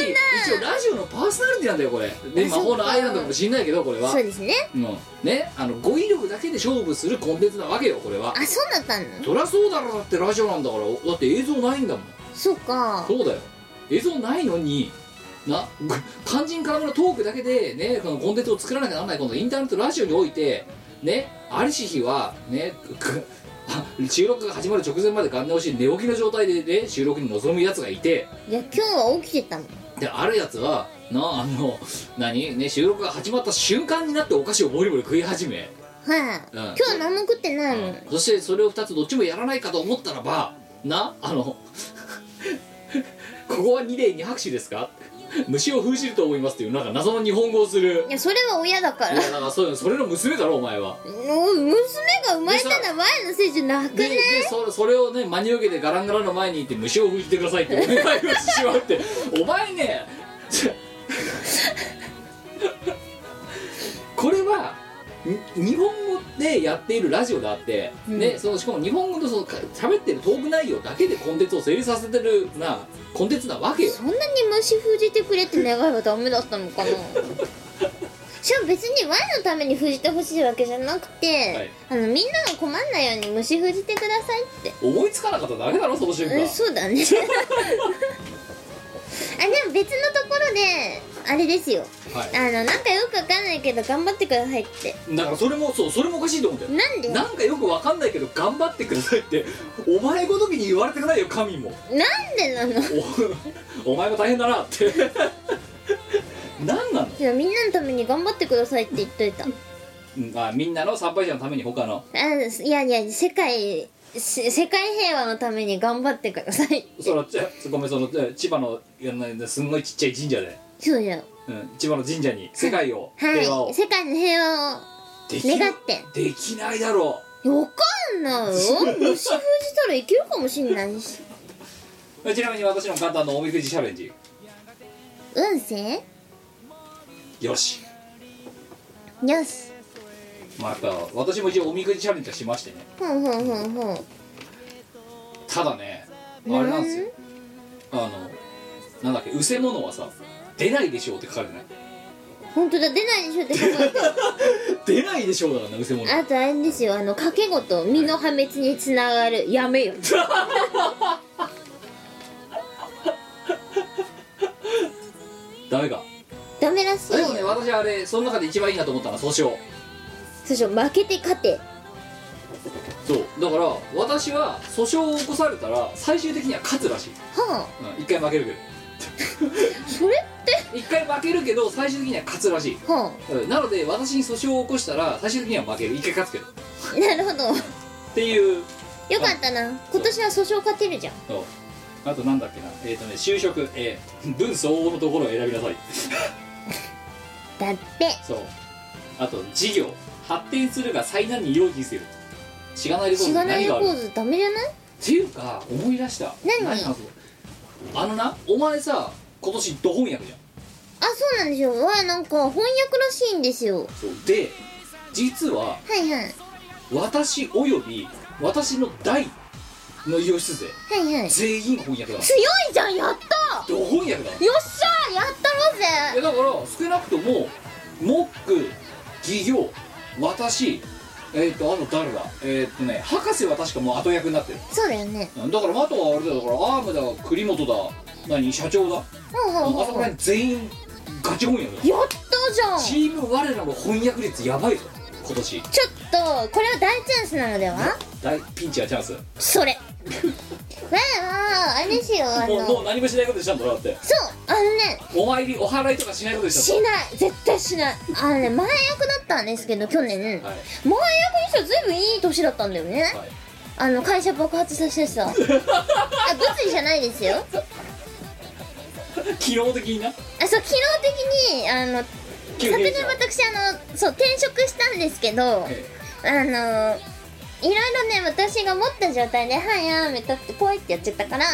Speaker 1: ナリティ一応ラジオのパーソナリティなんだよこれね
Speaker 2: あ
Speaker 1: 魔法
Speaker 2: そっ
Speaker 1: の
Speaker 2: か
Speaker 1: アイランドかもしんないけどこれは
Speaker 2: そうですね
Speaker 1: うんねあの語彙力だけで勝負するコンテンツなわけよこれは
Speaker 2: あそうだったの
Speaker 1: そりゃそうだろだってラジオなんだからだって映像ないんだもん
Speaker 2: そうか
Speaker 1: そうだよ映像ないのにな肝心からのトークだけでねこのコンテンツを作らなきゃならないこのインターネットラジオにおいてねありし日はねく収録が始まる直前までガン押し寝起きの状態で、ね、収録に臨むやつがいて
Speaker 2: いや今日は起きてたの
Speaker 1: であるやつはなあの何ね収録が始まった瞬間になってお菓子をボリボリ食い始め
Speaker 2: はい、
Speaker 1: うん
Speaker 2: 今日何も食ってないもん、
Speaker 1: そしてそれを2つどっちもやらないかと思ったらばなあの ここは2例に拍手ですか虫を封じると思いますっていうなんか謎の日本語をする
Speaker 2: いやそれは親だか
Speaker 1: い
Speaker 2: ら
Speaker 1: やなんかそういうそれの娘だろお前は
Speaker 2: もう娘が生まれたのは前のせいじゃなく
Speaker 1: で
Speaker 2: ね
Speaker 1: でそそれをね真に受けてガランガランの前に行って虫を封じてくださいってお願いをしてしまうってお前ねこれはに日本語でやっているラジオであって、
Speaker 2: うん
Speaker 1: ね、そのしかも日本語のそのか喋ってるトーク内容だけでコンテンツを成立させてるなコンテンツなわけよ
Speaker 2: そんなに虫封じてくれって願いはダメだったのかなしかも別にワイのために封じてほしいわけじゃなくて、あのみんなが困んないように虫封じてくださいって
Speaker 1: 思いつかなかっただけだろその瞬間
Speaker 2: うん、そうだ ねあでも別のところであれですよ
Speaker 1: は
Speaker 2: あのなんかよくわかんないけど頑張ってくださいって
Speaker 1: い、だからそれもそうそれもおかしいと思うんだよ
Speaker 2: なんで
Speaker 1: なんかよくわかんないけど頑張ってくださいってお前ごときに言われてくないよ神も
Speaker 2: なんでなの
Speaker 1: お お前も大変だなって何なの
Speaker 2: じゃあみんなのために頑張ってくださいって言っといたあ
Speaker 1: うんあみんなの参拝者のために他の
Speaker 2: いやいや世界せ世界平和のために頑張ってください
Speaker 1: そのちごめんそのえ千葉のいやなすんごいちっちゃい神社で、
Speaker 2: そうだよ
Speaker 1: うん、千葉の神社に世界を平和
Speaker 2: は
Speaker 1: を
Speaker 2: い世界の平和を
Speaker 1: でき
Speaker 2: 願って
Speaker 1: できないだろ
Speaker 2: わかんないよ虫封じたらいけるかもしんないし
Speaker 1: うちなみに私の簡単のおみくじチャレンジ
Speaker 2: 運勢
Speaker 1: よし
Speaker 2: よし
Speaker 1: まあやっぱ私も一応おみくじチャレンジはしましてね
Speaker 2: ほんほんほんほん
Speaker 1: ただねあれなんですよあのなんだっけうせものはさ出ないでしょうって書かれてない
Speaker 2: 本当だ出ないでしょって書かれ てる
Speaker 1: 出ないでしょうだからねうせもの
Speaker 2: あとあれですよあの賭け事身の破滅につながるやめよ
Speaker 1: ダメか
Speaker 2: ダメらしい
Speaker 1: でもね私あれその中で一番いいなと思ったのは訴訟
Speaker 2: そうそう負けて勝て
Speaker 1: そうだから私は訴訟を起こされたら最終的には勝つらしい、
Speaker 2: は
Speaker 1: うん、一回負けるけ
Speaker 2: あそれって
Speaker 1: ど一回負けるけど最終的には勝つらしい、
Speaker 2: は
Speaker 1: うんなので私に訴訟を起こしたら最終的には負ける一回勝つけどっ
Speaker 2: あなるほど
Speaker 1: ていう
Speaker 2: よかったな今年は訴訟勝てるじゃん
Speaker 1: そうあとなんだっけなえっ、とね就職えー、分相応のところを選びなさい
Speaker 2: だって
Speaker 1: そうあと事業発展するが災難に用心するしがないレコー
Speaker 2: し
Speaker 1: ド
Speaker 2: が
Speaker 1: に
Speaker 2: な
Speaker 1: 何
Speaker 2: いレ
Speaker 1: があ
Speaker 2: コ
Speaker 1: る
Speaker 2: ーズダメじゃない
Speaker 1: っていうか思い出した
Speaker 2: 何
Speaker 1: 話そうあのなお前さ今年ど翻訳じゃん
Speaker 2: あそうなんですよわあなんか翻訳らしいんですよ
Speaker 1: そうで実は
Speaker 2: はいはい
Speaker 1: 私および私の代の義経
Speaker 2: はいはい
Speaker 1: 全員翻訳だ
Speaker 2: 強いじゃんやった
Speaker 1: ど翻訳だ
Speaker 2: よっしゃーやったろう
Speaker 1: いや
Speaker 2: ぜ
Speaker 1: だから少なくともモック企業私えっ、とあと誰だえっ、とね博士は確かもう後役になってる
Speaker 2: そうだよね
Speaker 1: うんだからあとはあれだよだからアームだ栗本だ何社長だ
Speaker 2: ほう
Speaker 1: あそ
Speaker 2: ほうほう
Speaker 1: こ
Speaker 2: ほう
Speaker 1: ら
Speaker 2: や
Speaker 1: 辺
Speaker 2: っ
Speaker 1: 全員ガチ翻訳だ
Speaker 2: たじゃん
Speaker 1: チーム我らの翻訳率やばいぞ今年
Speaker 2: ちょっとこれは大チャンスなのでは
Speaker 1: 大ピンチやチャンスも
Speaker 2: それわああれですよあの
Speaker 1: うもう何もしないことにしたんだろだって
Speaker 2: そうあのね
Speaker 1: お参りお祓いとかしないことにし
Speaker 2: した
Speaker 1: んだ
Speaker 2: ない絶対しないあのね前役だったんですけど去年、前役に
Speaker 1: ろはい
Speaker 2: しては随分いい年だったんだよね、
Speaker 1: はい
Speaker 2: あの会社爆発させてさあ物理じゃないですよ
Speaker 1: 機能的にな
Speaker 2: あそう機能的にあの
Speaker 1: 急
Speaker 2: 昨
Speaker 1: 変
Speaker 2: 年
Speaker 1: 者
Speaker 2: 私あのそう転職したんですけど、
Speaker 1: え
Speaker 2: あのいろいろね私が持った状態で「はいやめた」ってポイってやっちゃったから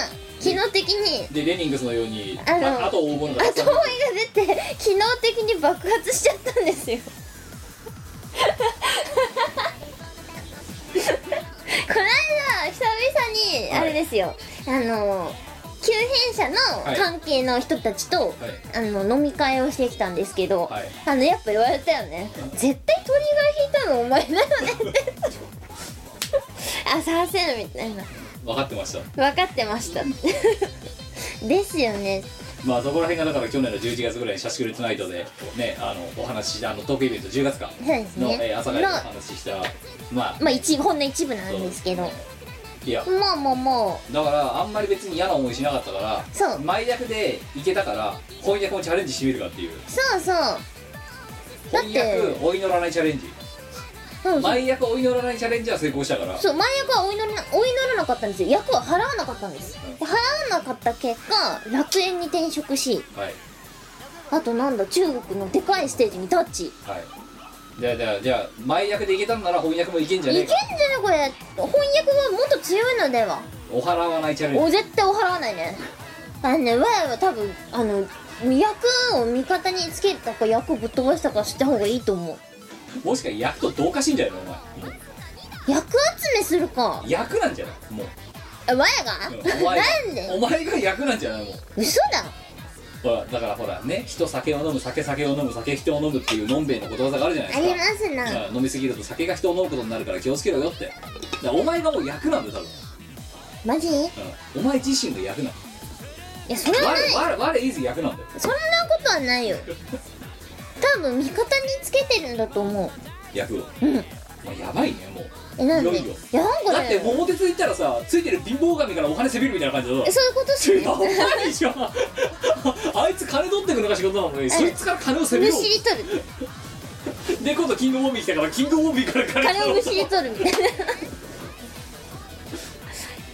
Speaker 2: 機能的に
Speaker 1: えでレニングスのように
Speaker 2: あの
Speaker 1: ああと大物が
Speaker 2: 後追いが出て機能的に爆発しちゃったん ですよこの間久々にあれですよ、あの急変者の関係の人たちと、あの飲み会をしてきたんですけど、
Speaker 1: はい
Speaker 2: あのやっぱ言われたよね絶対トリガー引いたのお前なのねって あさせるみたいな
Speaker 1: 分かってました
Speaker 2: 分かってました ですよね
Speaker 1: まあそこら辺がだから去年の11月ぐらいに「社畜レッドナイトで」ねあのお話ししたあのトークイベント10月か
Speaker 2: そうです
Speaker 1: の、え
Speaker 2: ね
Speaker 1: ー朝からお話ししたまあ
Speaker 2: まあ一部ほんの一部なんですけど
Speaker 1: いや
Speaker 2: もうもうも
Speaker 1: だからあんまり別に嫌な思いしなかったから
Speaker 2: そう
Speaker 1: 前役でいけたから翻訳もチャレンジしてみるかっていう
Speaker 2: うそうそうだって
Speaker 1: 翻訳お祈らないチャレンジ
Speaker 2: うんそう
Speaker 1: 前役お祈らないチャレンジは成功したから
Speaker 2: そう前役はお祈りなお祈らなかったんですよ役は払わなかったんですで払わなかった結果楽園に転職し
Speaker 1: はい
Speaker 2: あとなんだ中国のでかいステージにタッチ
Speaker 1: はいじゃあじゃあじゃあ前役でいけたんなら翻訳もいけんじゃ
Speaker 2: い
Speaker 1: ね
Speaker 2: け
Speaker 1: え
Speaker 2: ん
Speaker 1: か
Speaker 2: じゃねこれ翻訳はもっと強いのでは
Speaker 1: お払わないチャレン
Speaker 2: お
Speaker 1: ジ
Speaker 2: 絶対お払わないねあのねわやは多分あの役を味方につけたか役をぶっ飛ばしたかした方がいいと思う
Speaker 1: もしか役と同化しんじゃないのお前
Speaker 2: 役集めするか
Speaker 1: 役なんじゃないもう
Speaker 2: えわ
Speaker 1: うん
Speaker 2: や
Speaker 1: お
Speaker 2: が
Speaker 1: 前
Speaker 2: なんで
Speaker 1: お前が役なんじゃないもう
Speaker 2: 嘘だ
Speaker 1: ほらだからほらね人酒を飲む酒酒を飲む酒人を飲むっていうのんべいのことわざがあるじゃない
Speaker 2: あ
Speaker 1: で
Speaker 2: り
Speaker 1: す
Speaker 2: ま
Speaker 1: か
Speaker 2: すな
Speaker 1: うん飲みすぎると酒が人を飲むことになるから気をつけろよってだからお前がもう役なんだよ
Speaker 2: マジい
Speaker 1: 多分、うん、お前自身が役なんだ
Speaker 2: やそれはない
Speaker 1: 我我我いず役なんだよ
Speaker 2: そんなことはないよ多分味方につけてるんだと思
Speaker 1: 役を
Speaker 2: ううん
Speaker 1: まあ、やばいねもう
Speaker 2: えなんで
Speaker 1: いよいよ
Speaker 2: やなんか
Speaker 1: だって
Speaker 2: ね
Speaker 1: 桃鉄行ったらさついてる貧乏神からお金せびるみたいな感じだぞ
Speaker 2: えそういうことっす
Speaker 1: 違
Speaker 2: ね
Speaker 1: うお前でしょ あいつ金取ってくのが仕事なのにそいつから金をせび
Speaker 2: む
Speaker 1: ろ
Speaker 2: しり取る
Speaker 1: うで今度キングボンビー来たからキングボンビーから金取
Speaker 2: 金
Speaker 1: ろ
Speaker 2: を
Speaker 1: う
Speaker 2: むしり取るみたいない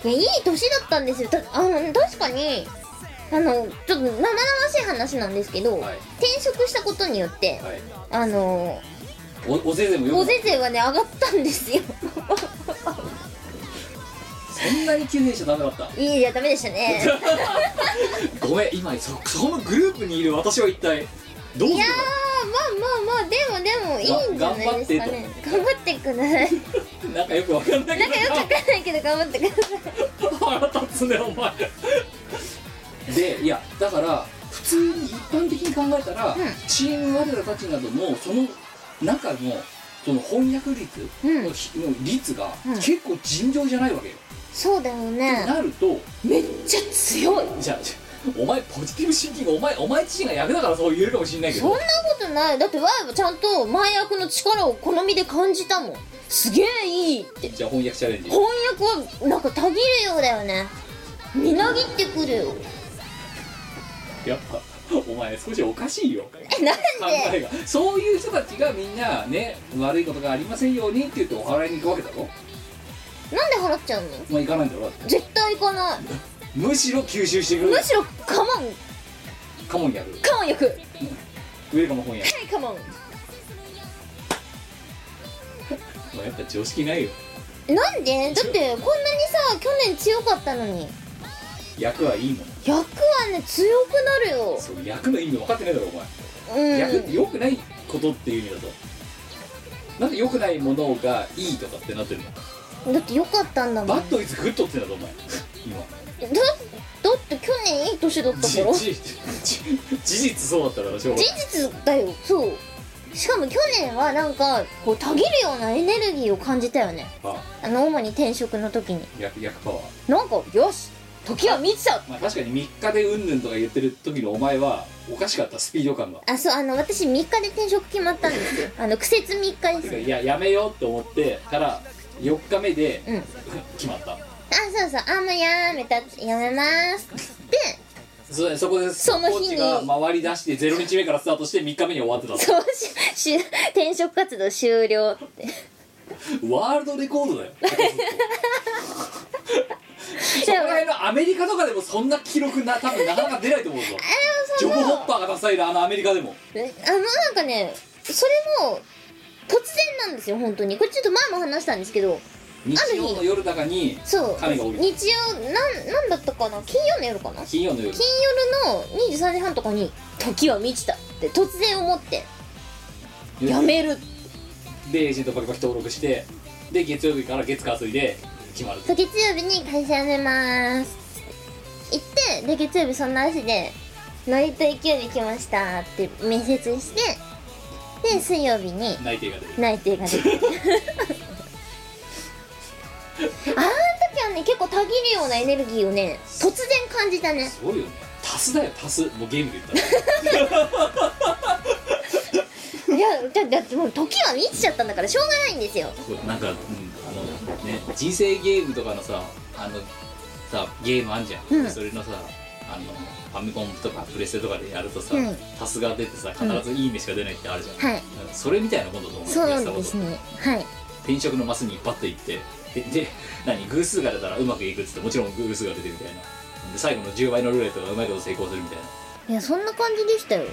Speaker 2: やいい年だったんですよたあの確かにあのちょっと生々しい話なんですけど、
Speaker 1: はい
Speaker 2: 転職したことによって、
Speaker 1: はい
Speaker 2: あの
Speaker 1: おおせいぜいもよく
Speaker 2: お
Speaker 1: ない
Speaker 2: 税税がね上がったんですよ
Speaker 1: そんなに急変しちゃダメだった
Speaker 2: いいやダメでしたね
Speaker 1: ごめん今そそのグループにいる私は一体どうする
Speaker 2: いやーまあまあまあでもでもいいんじゃないですかね頑張ってください
Speaker 1: のなんかよくわかんない
Speaker 2: なんかよくわかんないけど頑張ってください
Speaker 1: 腹立つねお前でいやだから普通に一般的に考えたら、チーム我らたちなどのその中のその翻訳率
Speaker 2: うん
Speaker 1: の,、率が
Speaker 2: うん
Speaker 1: 結構尋常じゃないわけよ、
Speaker 2: そうだよ
Speaker 1: って
Speaker 2: ね
Speaker 1: なると
Speaker 2: めっちゃ強い
Speaker 1: じゃあお前ポジティブシンキングお前お前自身が役だからそう言えるかもしれないけ
Speaker 2: そん
Speaker 1: ど
Speaker 2: なことないだってワイはちゃんと前役の力を好みで感じたもんすげえいいって
Speaker 1: じゃあ翻訳チャレンジ
Speaker 2: 翻訳はなんかたぎるようだよねみなぎってくるよ
Speaker 1: やっぱお前少しおかしいよ
Speaker 2: えなん
Speaker 1: 考
Speaker 2: で
Speaker 1: えがそういう人たちがみんなね悪いことがありませんようにって言ってお払いに行くわけだろ
Speaker 2: なんで払っちゃうの
Speaker 1: お前行かないんだろだって
Speaker 2: 絶対行かない
Speaker 1: むしろ吸収してくれる
Speaker 2: むしろカモン
Speaker 1: カモン役
Speaker 2: カモン役は
Speaker 1: ウェルカム本役
Speaker 2: いカモン
Speaker 1: もうやっぱ常識ないよ
Speaker 2: なんでだってこんなにさ去年強かったのに
Speaker 1: 役はいいも
Speaker 2: 役はね強くなるよ
Speaker 1: のそう役の意味分かってないだろお前、
Speaker 2: うん
Speaker 1: 役って良くないことっていう意味だとなんで良くないものがいいとかってなってるの、
Speaker 2: だって良かったんだも
Speaker 1: バ
Speaker 2: ん
Speaker 1: ットイズグッドってなだお前今
Speaker 2: だだって去年いい年だったから事
Speaker 1: じじ事実そうだったからしょうがない
Speaker 2: 実だよそうしかも去年はなんかこうたぎるようなエネルギーを感じたよね
Speaker 1: あ
Speaker 2: あの主に転職の時に
Speaker 1: 役役パワー
Speaker 2: なんかよし時は満ちた
Speaker 1: まあ確かに3日でうんぬんとか言ってる時のお前はおかしかったスピード感が
Speaker 2: あそうあの私3日で転職決まったんで すよあの苦節3日ですね
Speaker 1: いややめようって思ってから4日目で
Speaker 2: うんあ
Speaker 1: 決まった
Speaker 2: そうそうあもうやめたやめますって
Speaker 1: そそこで
Speaker 2: その日に
Speaker 1: コーチが回り出して0日目からスタートして3日目に終わってた
Speaker 2: そうしし転職活動終了って
Speaker 1: ワールドレコードだよそこら辺のアメリカとかでもそんな記録な多分なかなか出ないと思うぞジョブ・ホッパーが出されるあのアメリカでも
Speaker 2: えあのなんかねそれも突然なんですよ本当にこれちょっと前も話したんですけど
Speaker 1: 日曜の夜中に
Speaker 2: そう
Speaker 1: 神が降りた
Speaker 2: 日曜なんなんだったかな金曜の夜かな
Speaker 1: 金曜の夜
Speaker 2: 金夜の23時半とかに「時は満ちた」って突然思って「やめる」
Speaker 1: でエージェントパキパキ登録してで月曜日から月火水で決まる
Speaker 2: そう月曜日に会社辞めます行ってで月曜日そんな足でノリと勢いで来ましたって面接してで水曜日に
Speaker 1: 内定が出る
Speaker 2: 内定が 出てあの時はね結構たぎるようなエネルギーをね突然感じたね
Speaker 1: すごいよね足すだよ足すもうゲームで言っ
Speaker 2: いやだだってもう時は満ちちゃったんだからしょうがないんですよ
Speaker 1: たら なんか、うん、あのね人生ゲームとかのさあのさゲームあんじゃん、
Speaker 2: うん
Speaker 1: それのさあのファミコンとかプレステとかでやるとさ、
Speaker 2: うん
Speaker 1: タスが出てさ必ずいい飯が出ないってあるじゃん、
Speaker 2: はい
Speaker 1: うんそれみたいなもんだと思うよ
Speaker 2: そうなん
Speaker 1: 安田
Speaker 2: です
Speaker 1: こと
Speaker 2: ねはい
Speaker 1: 転職のマスにバッと行ってでで何偶数が出たらうまくいくっつってもちろん偶数が出てみたいなで最後の10倍のルーレットがうまいこと成功するみたいない
Speaker 2: やそんな感じでしたよ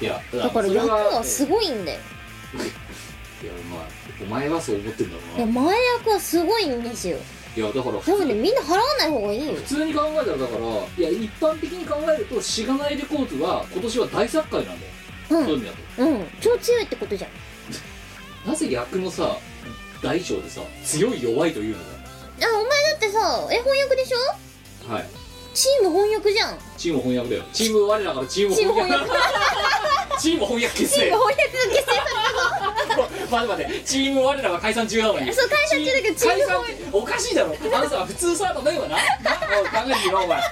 Speaker 1: いや
Speaker 2: だ
Speaker 1: そ
Speaker 2: から
Speaker 1: れ
Speaker 2: 役はすごいんだよ
Speaker 1: いやまあお前はそう思ってんだ
Speaker 2: い
Speaker 1: ろ
Speaker 2: や
Speaker 1: うな
Speaker 2: 前役はすごいんですよ
Speaker 1: いやだから
Speaker 2: 多分ねみんな払わない方がいいよ
Speaker 1: 普通に考えたらだからいや一般的に考えるとしがないレコーズは今年は大作界なんだよ、
Speaker 2: う
Speaker 1: そういう意
Speaker 2: ん
Speaker 1: 味だ
Speaker 2: うん超強いってことじゃん
Speaker 1: となぜ役のさ大小でさ強い弱いというの
Speaker 2: あお前だってさえ翻訳でしょ
Speaker 1: かはい
Speaker 2: チーム翻訳じゃん
Speaker 1: チーム翻訳だよチーム我らからチーム翻
Speaker 2: チーム
Speaker 1: 訳チーム翻訳結
Speaker 2: チーム
Speaker 1: 成
Speaker 2: 翻訳決成さ
Speaker 1: 待って待ってチーム我らが解散中なのに
Speaker 2: そう解散中だけどチーム
Speaker 1: 解散っておかしいだろあのさ普通さ 例えばななおい考えてみろお前な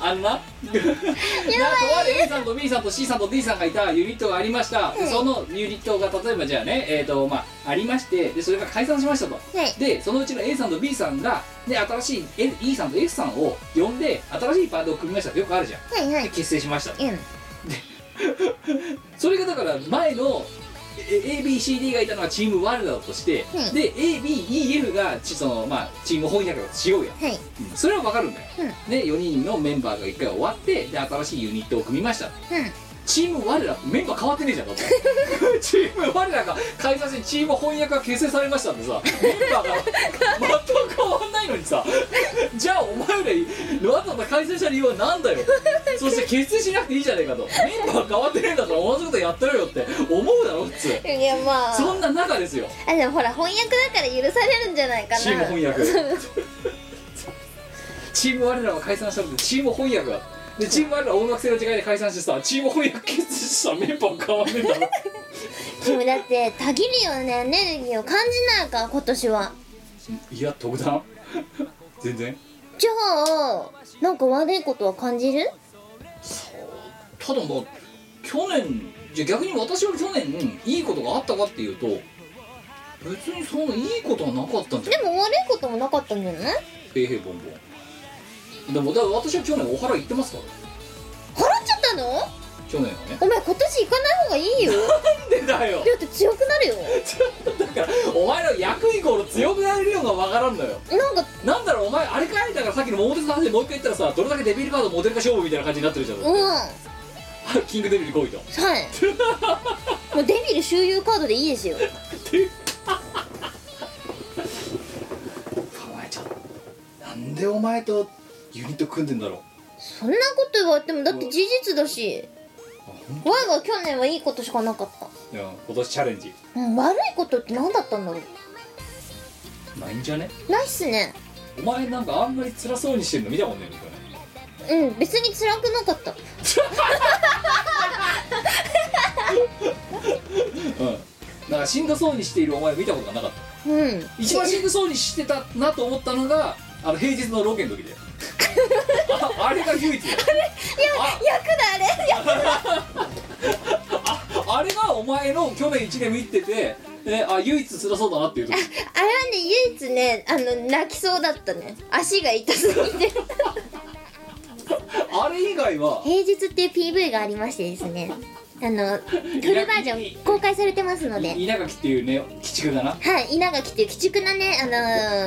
Speaker 1: あのななとある A さんと B さんと C さんと D さんがいたユニットがありました、でそのユニットが例えばじゃあねえーとまあありましてでそれが解散しましたと
Speaker 2: はい
Speaker 1: でそのうちの A さんと B さんがで新しい L E さんと F さんを呼んで新しいパートを組みましたってよくあるじゃん
Speaker 2: はいはい
Speaker 1: で結成しました
Speaker 2: うん
Speaker 1: それがだから前のえ ABCD がいたのはチームワールドだとして、
Speaker 2: うん
Speaker 1: で ABEF がちその、まあ、チーム翻訳だとしようや、
Speaker 2: はい
Speaker 1: それは分かるんだよ、
Speaker 2: うん
Speaker 1: で4人のメンバーが1回終わってで新しいユニットを組みました
Speaker 2: う
Speaker 1: チーム我らメンバー変わってねえじゃんだって チーム我らが解散してチーム翻訳が結成されましたんでさメンバーが全く変わんないのにさじゃあお前らわざわざ解散した理由は何だよそして結成しなくていいじゃねえかとメンバー変わってねえんだから同じことやってろよって思うだろ普通
Speaker 2: んいやまあ
Speaker 1: そんな中ですよ
Speaker 2: あでもほら翻訳だから許されるんじゃないかな
Speaker 1: チーム翻 訳チーム我らが解散したのでチーム翻訳がでチーム我らは音楽性の違いで解散してさチーム翻訳結成したメンバー変わんねえんだろ
Speaker 2: 君だってたぎるようなエネルギーを感じないか今年はい
Speaker 1: や特段 全然
Speaker 2: じゃあなんか悪いことは感じる
Speaker 1: ただまあ去年じゃあ逆に私は去年いいことがあったかっていうと別にそのいいことはなかったんじゃ
Speaker 2: で
Speaker 1: ん
Speaker 2: も悪いこともなかったんじゃない
Speaker 1: 平平ボンボンでもだから私は去年お払い行ってますから
Speaker 2: 払っちゃったの
Speaker 1: 去年はね
Speaker 2: お前今年行かない方がいいよだ
Speaker 1: なんでだよ
Speaker 2: って強くなるよ
Speaker 1: だからお前の役イコール強くなれるのがわからんのよ
Speaker 2: なんか
Speaker 1: なんだろうお前あれかいだからさっきの桃鉄の話でもう一回言ったらさどれだけデビルカードモデルか勝負みたいな感じになってるじゃん、
Speaker 2: うんは
Speaker 1: あ キングデビル5位と
Speaker 2: いもうデビル周遊カードでいいですよ
Speaker 1: お前ちょっとなんでお前とユニット組んでんだろう
Speaker 2: そんなこと言われてもだって事実だし
Speaker 1: あほん
Speaker 2: わいは去年はいいことしかなかった、
Speaker 1: いや今年チャレンジ
Speaker 2: うん、悪いことって何だったんだろう
Speaker 1: ないんじゃね
Speaker 2: ないっすね
Speaker 1: お前なんかあんまり辛そうにしてるの見たことないんだよね
Speaker 2: うん別に辛くなかった
Speaker 1: うんなんかしんどそうにしているお前を見たことがなかった
Speaker 2: うん
Speaker 1: 一番しんどそうにしてたなと思ったのがあの平日のロケの時だよああれが唯一だよ
Speaker 2: 役だあれ
Speaker 1: ああれがお前の去年1年見てて、ね、あ唯一辛そうだなっていう時
Speaker 2: あれはね唯一ねあの泣きそうだったね足が痛すぎて
Speaker 1: あれ以外は
Speaker 2: 平日っていう PV がありましてですねあのフルバージョン公開されてますので
Speaker 1: い稲垣っていうね鬼畜だな
Speaker 2: はい稲垣っていう鬼畜なねあ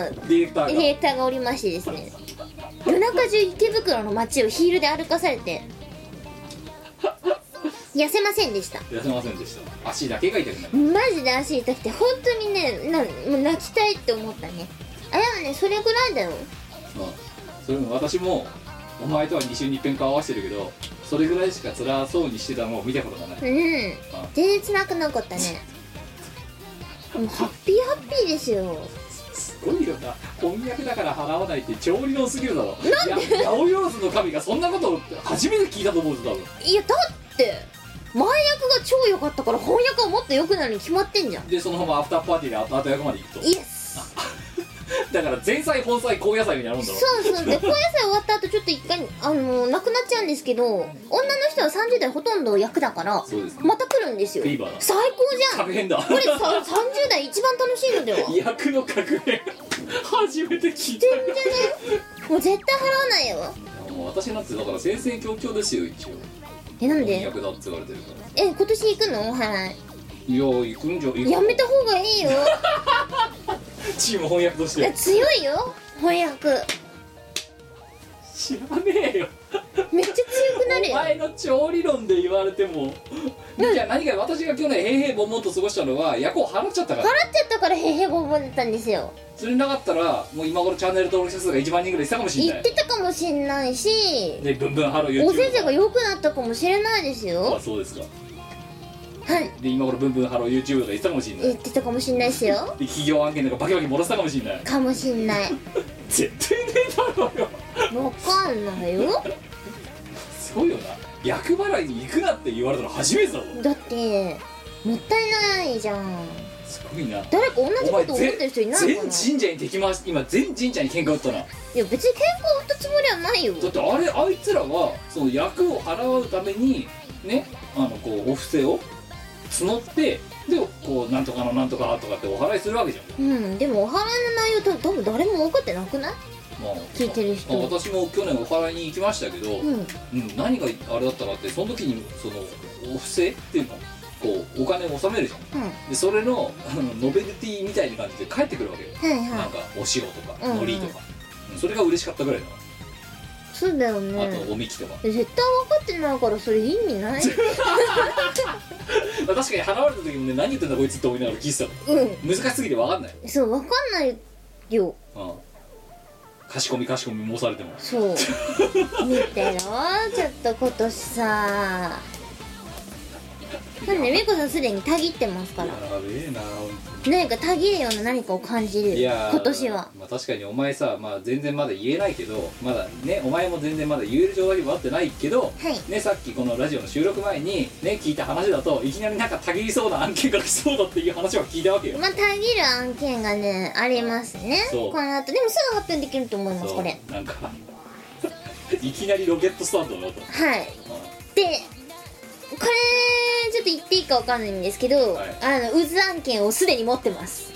Speaker 2: のー
Speaker 1: ディレクター
Speaker 2: ディ
Speaker 1: が
Speaker 2: レクターがおりましてですね夜中中中池袋の街をヒールで歩かされて痩せませんでした
Speaker 1: 痩せませんでした足だけが痛くなる
Speaker 2: マジで足痛くて本当にねなもう泣きたいって思ったねあでもねそれぐらいだよ
Speaker 1: うんそれも私もお前とは2週に一遍顔合わせてるけどそれぐらいしか辛そうにしてたのを見たことがない、
Speaker 2: うん全然辛くなかったねもうハッピーハッピーですよ
Speaker 1: すごいよなこんにゃくだから払わないって調理論すぎるだろなんで八百万の神がそんなこと初めて聞いたと思うぞ多分
Speaker 2: いやだって前役が超良かったから翻訳はもっと良くなるに決まってんじゃん
Speaker 1: でそのままアフターパーティーで後々役まで行くと
Speaker 2: イエス
Speaker 1: だから前菜本菜後野菜みたいになるんだろ
Speaker 2: そうそうで高野菜終わった後ちょっと一回あのなくなっちゃうんですけど女の人は30代ほとんど役だから
Speaker 1: そうですね
Speaker 2: また来るんですよ
Speaker 1: フィーバーだ
Speaker 2: 最高じゃん
Speaker 1: 確変だ
Speaker 2: これさ30代一番楽しいので は
Speaker 1: 役の格変初めて聞いた
Speaker 2: 全然ね もう絶対払わないよ
Speaker 1: もう私なんてだから戦々恐々ですよ一応
Speaker 2: えなん
Speaker 1: 翻
Speaker 2: で
Speaker 1: 訳だって言われてるから
Speaker 2: え今年行くのお払
Speaker 1: いや行くんじゃ行
Speaker 2: いやめた方がいいよ
Speaker 1: チーム翻訳とし
Speaker 2: いや
Speaker 1: て
Speaker 2: 強いよ翻訳
Speaker 1: 知らねえよ
Speaker 2: めっちゃ強くなる
Speaker 1: お
Speaker 2: よ
Speaker 1: 前の超理論で言われてもじゃあ何か私が去年平々ぼんと過ごしたのは役を払っちゃったから
Speaker 2: 払っちゃったからへへぼぼだったんですよ
Speaker 1: それなかったらもう今頃チャンネル登録者数が1万人ぐらいしたかもしれ
Speaker 2: 言
Speaker 1: な
Speaker 2: っ
Speaker 1: い
Speaker 2: てたかもしんないし
Speaker 1: でブンブンハロー YouTube
Speaker 2: お先生が良くなったかもしれないですよ
Speaker 1: あそうですか
Speaker 2: はい
Speaker 1: で今頃ブンブンハロー YouTube とか言ってたかもしれない
Speaker 2: 言ってたかもしんないですよ
Speaker 1: で企業案件とかバキバキ漏らしたかもしれない
Speaker 2: かもしんない
Speaker 1: 絶対ねえだろうよ
Speaker 2: わかんないよ
Speaker 1: すごいよな役払いに行くなって言われたの初めてだぞ
Speaker 2: だってもったいないじゃん
Speaker 1: すごいな
Speaker 2: 誰か同じこと思っ
Speaker 1: 全
Speaker 2: てる人いない
Speaker 1: 全
Speaker 2: のかな
Speaker 1: 神社に敵回し今全神社に喧嘩打ったなだ
Speaker 2: いや別に健康を売ったつもりはないよ
Speaker 1: ってあれあいつらはその役を払うためにねあのこうお布施を募ってでこうなんとかのなんとかとかってお払いするわけじゃん
Speaker 2: うんでもお払いの内容多分多分誰も分かってなくない
Speaker 1: まあ
Speaker 2: 聞いてる人
Speaker 1: まあ私も去年お払いに行きましたけど、
Speaker 2: うん
Speaker 1: うん、何があれだったかってその時にそのお布施っていうのこうお金を納めるじゃん
Speaker 2: うんは
Speaker 1: でそれのあのノベルティみたいな感じで帰ってくるわけよ、
Speaker 2: い
Speaker 1: な
Speaker 2: は
Speaker 1: んかお塩とか
Speaker 2: うんうん
Speaker 1: 海苔とか、うんそれが嬉しかったぐらいだ
Speaker 2: いそうだよ
Speaker 1: な、あ
Speaker 2: ね
Speaker 1: とおみきとか
Speaker 2: 絶対分かってないからそれ意味 ない
Speaker 1: まあ確かに払われた時もね何言ってんだこいつって思いながら聞いてた
Speaker 2: う
Speaker 1: の難しすぎて分かんない、
Speaker 2: んそう分かんないよ
Speaker 1: うん、賢み賢み申されても
Speaker 2: そう 見てろちょっと今年さなんで美子さんすでにたぎってますから
Speaker 1: やべえな本
Speaker 2: 何かたぎるような何かを感じ
Speaker 1: 当
Speaker 2: る
Speaker 1: にいやー
Speaker 2: 今年は
Speaker 1: まあ、確かにお前さ、まあ、全然まだ言えないけどまだねお前も全然まだ言える状態にもなってないけど、
Speaker 2: はい
Speaker 1: ね、さっきこのラジオの収録前にね聞いた話だといきなりなんかたぎりそうな案件が来そうだっていう話は聞いたわけよ
Speaker 2: まあたぎる案件がねありますね
Speaker 1: そう
Speaker 2: この後でもすぐ発表できると思います
Speaker 1: そう
Speaker 2: これ
Speaker 1: なんか いきなりロケットスタンドだと
Speaker 2: はいでこれちょっと言っていいかわかんないんですけど、
Speaker 1: はい
Speaker 2: あの渦案件をすでに持ってます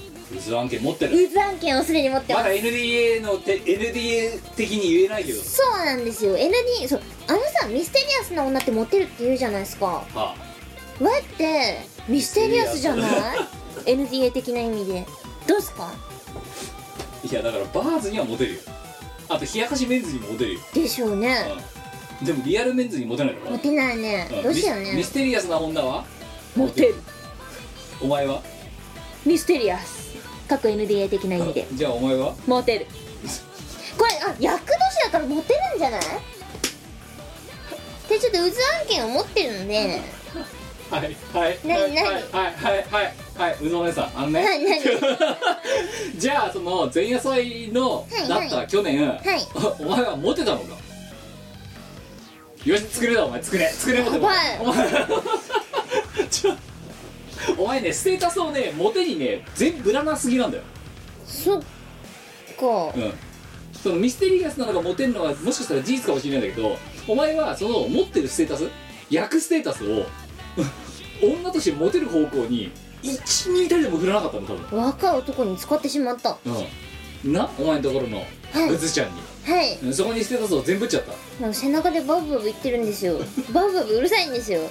Speaker 1: 渦案件持ってる
Speaker 2: 渦案件をすでに持って
Speaker 1: ま
Speaker 2: ます、
Speaker 1: だ NDA のて NDA 的に言えないけど
Speaker 2: そうなんですよ ND そうあのさミステリアスな女ってモテるって言うじゃないですか
Speaker 1: は
Speaker 2: わってミステリアスじゃない NDA 的な意味でどうすか
Speaker 1: あいやだからバーズにはモテるよあと冷やかしメンズにもモテるよ、
Speaker 2: でしょうね
Speaker 1: うん、でもリアルメンズにモテないから
Speaker 2: モテないね
Speaker 1: うん
Speaker 2: どうしよう
Speaker 1: ミスミ
Speaker 2: ね
Speaker 1: ステリアスな女は
Speaker 2: モテる
Speaker 1: お前は
Speaker 2: ミステリアス各 NDA 的な意味で
Speaker 1: じゃあお前は
Speaker 2: モテるこれあ役年だからモテるんじゃないでちょっと渦案件を持ってるので
Speaker 1: はいはい
Speaker 2: なになに
Speaker 1: はいはいはいはいはいうぞねさんあのね
Speaker 2: なになに
Speaker 1: じゃあその前夜祭の
Speaker 2: はい
Speaker 1: だ
Speaker 2: は
Speaker 1: っ
Speaker 2: い
Speaker 1: た去年、
Speaker 2: はい
Speaker 1: お お前はモテたのかよし作れだお前作れ作れモテ
Speaker 2: やばい
Speaker 1: お前 ちょお前ねステータスをねモテにね全部ぶらなすぎなんだよ
Speaker 2: そっか
Speaker 1: うんそのミステリアスなのがモテるのはもしかしたら事実かもしれないんだけどお前はその持ってるステータス役ステータスを 女としてモテる方向に12人でも振らなかったの多分
Speaker 2: 若い男に使ってしまったは
Speaker 1: うんなお前のところのうずちゃんに、
Speaker 2: い
Speaker 1: うんそこにステータスを全部打っちゃった
Speaker 2: なんか背中でバブバブ言ってる んですよバブバブうるさいんですよ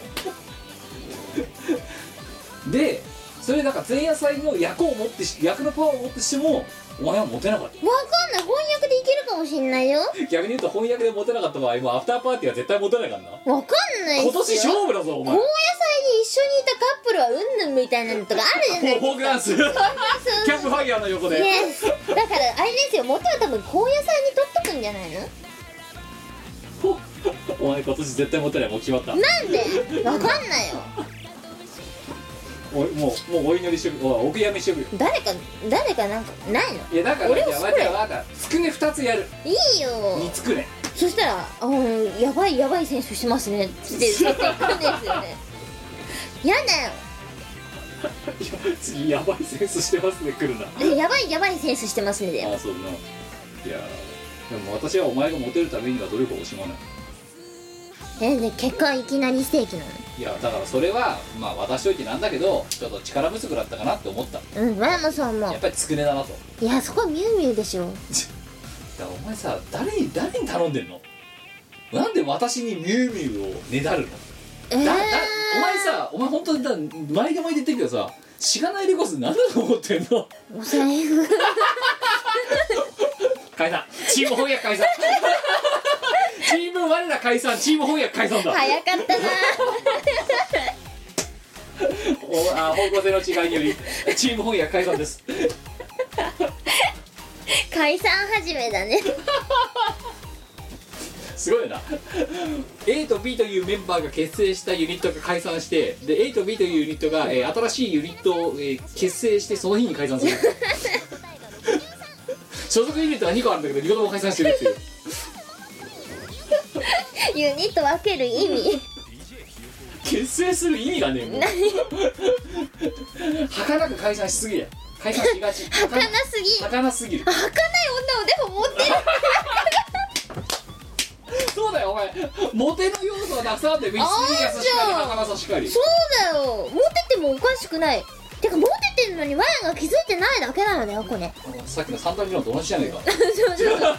Speaker 1: でそれなんか前夜祭の役を持ってし役のパワーを持ってしてもお前はモテなかった
Speaker 2: わかんない翻訳でいけるかもしんないよ
Speaker 1: 逆に言うと翻訳でモテなかった場合もアフターパーティーは絶対モテないからな
Speaker 2: わかんないっすよ
Speaker 1: 今年勝負だぞお
Speaker 2: 高
Speaker 1: 前
Speaker 2: 野菜に一緒にいたカップルはうんぬんみたいなのとかあるじゃな い
Speaker 1: フォークダンスキ
Speaker 2: そう
Speaker 1: ャンプファイヤーの横で、
Speaker 2: ねだからあれですよ元は多分高野菜に取っとくんじゃないの
Speaker 1: お前今年絶対モテないもう決まった
Speaker 2: なんでわかんないよ
Speaker 1: おいもうもうお祈りしてくおお悔やみしてくよ
Speaker 2: 誰か誰かなんかないの
Speaker 1: いやだから
Speaker 2: 俺を
Speaker 1: じゃあ
Speaker 2: 作
Speaker 1: わか
Speaker 2: れ
Speaker 1: ったわかったつくね2つやる
Speaker 2: いいよ
Speaker 1: 煮つくね
Speaker 2: そしたら「あーやばいやばい選手してますね」って言ってくんです よねやだよ
Speaker 1: いや次やばいセンスしてますね来るな
Speaker 2: でやばいやばいセンスしてますねだよ
Speaker 1: ああそうな。いやーでも私はお前がモテるためには努力を惜しまない
Speaker 2: えで結果いきなりステーキない
Speaker 1: やだからそれはまあ渡しといてなんだけどちょっと力不足だったかなって思った
Speaker 2: のうん前もそう思
Speaker 1: や
Speaker 2: う
Speaker 1: っぱりつくねだなとだか
Speaker 2: いやそこはミュウミュウでしょ
Speaker 1: らお前さ誰に誰に頼んでんのなんで私にミュウミュウをねだるの
Speaker 2: えー、
Speaker 1: だだお前さお前本当にだ毎回毎回言ってるけどさしがないレコース何だと思ってんの
Speaker 2: お財布
Speaker 1: 解散チーム翻訳解散チーム我ら解散チーム翻訳解散だ
Speaker 2: 早かったな
Speaker 1: おあ方向性の違いによりチーム翻訳解散です
Speaker 2: 解散始めだね
Speaker 1: すごいな A と B というメンバーが結成したユニットが解散してで A と B というユニットが、えー新しいユニットを、えー結成してその日に解散す る所属ユニットが2個あるんだけど2個とも解散してるっていう
Speaker 2: ユニット分ける意味
Speaker 1: 結成する意味がねえもう儚く解散しすぎや解散しがち
Speaker 2: 儚すぎ儚い
Speaker 1: 儚すぎる
Speaker 2: 女をでも持ってる
Speaker 1: そうだよお前モテの要素はなくさんでウィスリーやさしかり
Speaker 2: あーじゃあ
Speaker 1: 儚さしかり
Speaker 2: そうだよ持っててもおかしくないてか持っててんのにワンが気づいてないだけなのだよこれ
Speaker 1: さっきの三段理論と同じじゃねえか
Speaker 2: そうそうそうこれはワ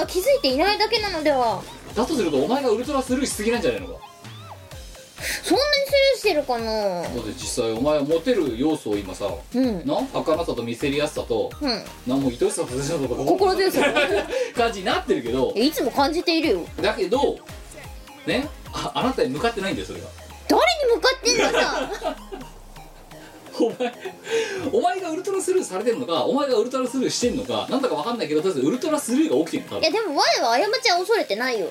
Speaker 2: ンが気づいていないだけなのでは
Speaker 1: だとするとお前がウルトラスルーしすぎなんじゃないのか
Speaker 2: そんなにスルーしてるかな
Speaker 1: だって実際お前はモテる要素を今さ
Speaker 2: うん
Speaker 1: な儚さと見せりやすさと
Speaker 2: うん
Speaker 1: なんも愛しさと切なさと
Speaker 2: 心強さ
Speaker 1: 感じになってるけど
Speaker 2: いつも感じているよ
Speaker 1: だけどねああなたに向かってないんだよそれが
Speaker 2: 誰に向かってんださ
Speaker 1: お前お前がウルトラスルーされてんのかお前がウルトラスルーしてんのかなんだかわかんないけどとりあえずウルトラスルーが起きてんの多
Speaker 2: いや
Speaker 1: 分
Speaker 2: でもワンは過ちは恐れてないよ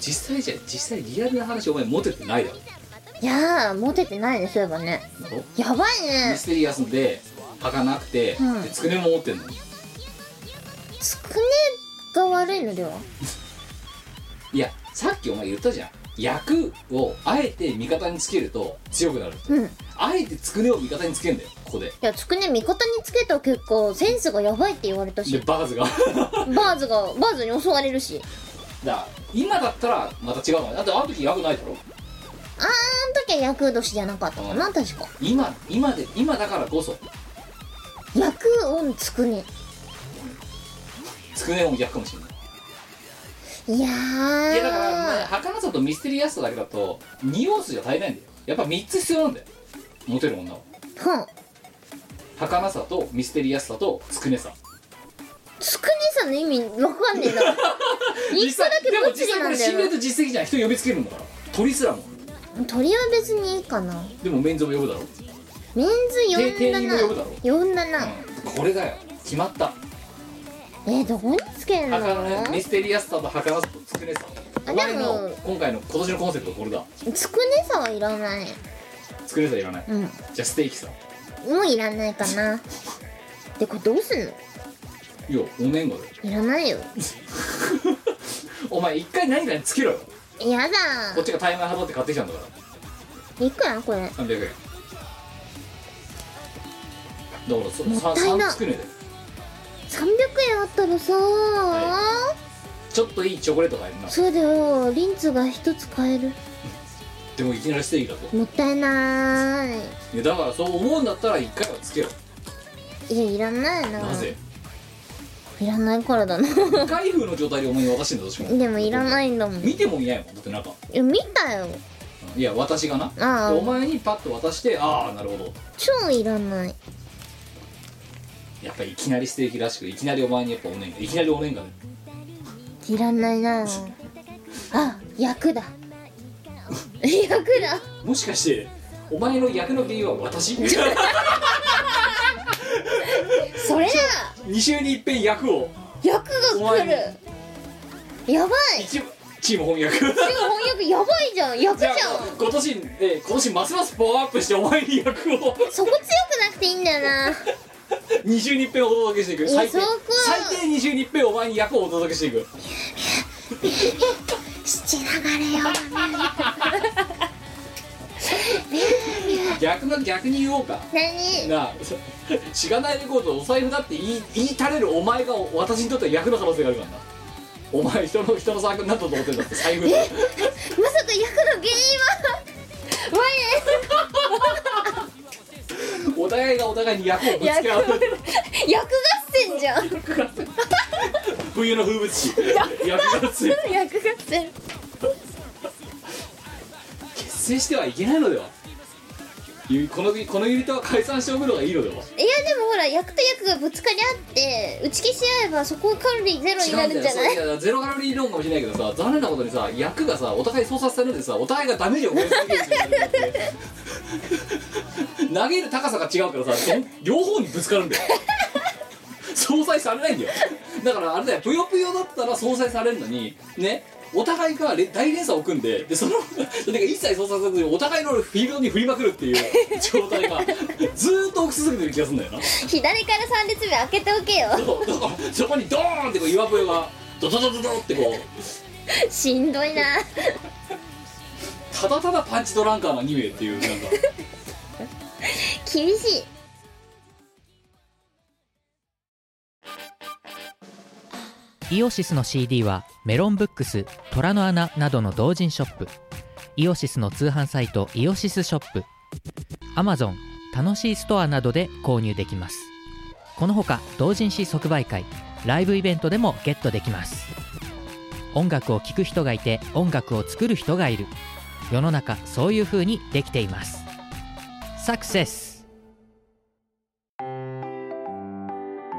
Speaker 1: 実際じゃ実際リアルな話お前モテてないだろ
Speaker 2: いやーモテてないねそういえばね
Speaker 1: だろ
Speaker 2: やばい
Speaker 1: ミ
Speaker 2: ね
Speaker 1: ステリアスで儚くて、
Speaker 2: うん
Speaker 1: でつくねも持ってんの
Speaker 2: つくねが悪いのではい
Speaker 1: やさっきお前言ったじゃん役をあえて味方につけると強くなる
Speaker 2: うんい
Speaker 1: あえてつくねを味方につけんだよここで
Speaker 2: やつくね味方につけた結果センスがやばいって言われた
Speaker 1: で
Speaker 2: し
Speaker 1: バーズが だか
Speaker 2: バーズがバーズに襲われるし
Speaker 1: ら今だったらまた違うのだってあの時役ないだろ
Speaker 2: あーあの時は役年じゃなかったかな確か
Speaker 1: 今今で今だからこそ
Speaker 2: 役音つくね
Speaker 1: つくねも逆かもしれない
Speaker 2: いや
Speaker 1: いやだから、まあ、
Speaker 2: ー
Speaker 1: 儚さとミステリアスさだけだと2要素じゃ足りないんだよやっぱ3つ必要なんだよモテる女は
Speaker 2: ほん
Speaker 1: 儚さとミステリアスさとつくねさ
Speaker 2: つくねさんの意味わかんねえ な一個だけ
Speaker 1: でも
Speaker 2: どっち
Speaker 1: 実
Speaker 2: で
Speaker 1: 際
Speaker 2: な
Speaker 1: これ
Speaker 2: んだ
Speaker 1: 信頼
Speaker 2: よ
Speaker 1: と実績じゃん人呼びつけるんだから鳥すらも
Speaker 2: な鳥は別にいいかな
Speaker 1: でもメンズも呼ぶだろ、
Speaker 2: メンズ呼
Speaker 1: 定
Speaker 2: んだ
Speaker 1: 員
Speaker 2: な
Speaker 1: も呼ぶだろ
Speaker 2: 呼んだな、
Speaker 1: うん、これだよ決まった
Speaker 2: えー、どこにつけるの
Speaker 1: 儚いミステリアスさと儚さとつくねさ
Speaker 2: あ
Speaker 1: お前の
Speaker 2: でも
Speaker 1: 今回の今年のコンセプトこれだ
Speaker 2: つくねさはいらない
Speaker 1: つくねさいらない
Speaker 2: うん
Speaker 1: じゃあステーキさ
Speaker 2: もういらないかなでこれどうすんの
Speaker 1: いやお年賀だよ
Speaker 2: いらないよ
Speaker 1: お前一回何かにつけろよ
Speaker 2: やだ
Speaker 1: こっちがタイマー払って買ってきたんだか
Speaker 2: いくらこれ
Speaker 1: ら300円だからそ
Speaker 2: もっ
Speaker 1: さ
Speaker 2: たいな
Speaker 1: 3つくねだよ
Speaker 2: 300円あったらさ、
Speaker 1: ちょっといいチョコレート買えるな
Speaker 2: そうだよリンツが一つ買える
Speaker 1: でもいきなりステーキだと
Speaker 2: もったいない
Speaker 1: いやだからそう思うんだったら一回はつけろ
Speaker 2: いやいらないな
Speaker 1: なぜ
Speaker 2: いらないからだな
Speaker 1: 未開封の状態でお前に渡してんだとしか
Speaker 2: でもいらないいんだもんい
Speaker 1: 見てもいないもんだって中
Speaker 2: や見たよ
Speaker 1: いや私がな
Speaker 2: ああ
Speaker 1: お前にパッと渡してああなるほど
Speaker 2: 超いらない
Speaker 1: やっぱりいきなりステーキらしくいきなりお前にやっぱおねんがいきなりおねんがね
Speaker 2: いらないなあ役だ 役だ
Speaker 1: もしかしてお前の役の理由は私
Speaker 2: それだ
Speaker 1: 二週に一遍役を
Speaker 2: 役が来るやばい
Speaker 1: 一部チーム翻訳
Speaker 2: でも翻訳やばいじゃん役じ
Speaker 1: じ
Speaker 2: ゃ
Speaker 1: ゃ
Speaker 2: ん
Speaker 1: あ今年、えー今年ますますパワーアップしてお前に役を
Speaker 2: そこ強くなくていいんだよな
Speaker 1: 二週に一遍お届けしていく
Speaker 2: いや
Speaker 1: 最低
Speaker 2: そうか
Speaker 1: 最低二週に一遍お前に役をお届けしていく
Speaker 3: 血流れよ
Speaker 1: 逆が逆に言おうか
Speaker 2: 何
Speaker 1: なあそしがないレコードお財布だって言い言い垂れるお前が私にとっては役の可能性があるからなお前人の人のサークルになったと思ってんだって財布で
Speaker 2: まさか役の原 因は
Speaker 1: お互いがお互いに役をぶつ
Speaker 2: 我役
Speaker 1: け合う
Speaker 2: 役合戦じゃん役
Speaker 1: 冬の風物詩役がつい
Speaker 2: 合戦
Speaker 1: 結成してはいけないのではゆこのこのユニットは解散しておくのがいいのではい
Speaker 2: やでもほら役と役がぶつかり合って打ち消し合えばそこカロリーゼロになるんじゃない
Speaker 1: 違うんだよそういやゼロカロリー論かもしれないけどさ残念なことにさ役がさお互い操作されるんでさお互いがダメージを負えすぎるようになってる投げる高さが違うからさどん両方にぶつかるんだよ相殺されないんだよだからあれだよぷよぷよだったら相殺されるのにねお互いがれ大連鎖を組んででそのそれが一切操作されずにお互いのフィールドに振りまくるっていう 状態がずーっと起き続けてる気がするんだよな
Speaker 2: 左から3列目開けておけよ
Speaker 1: そうだからそこにドーンってこう岩笛がドドドドドってこう
Speaker 2: しんどいな
Speaker 1: ただただパンチドランカーな2名っていうなんか
Speaker 2: 厳しい
Speaker 5: イオシスの CD はメロンブックス虎の穴などの同人ショップイオシスの通販サイトイオシスショップ Amazon 楽しいストアなどで購入できますこのほか同人誌即売会ライブイベントでもゲットできます音楽を聴く人がいて音楽を作る人がいる世の中そういう風にできていますサクセス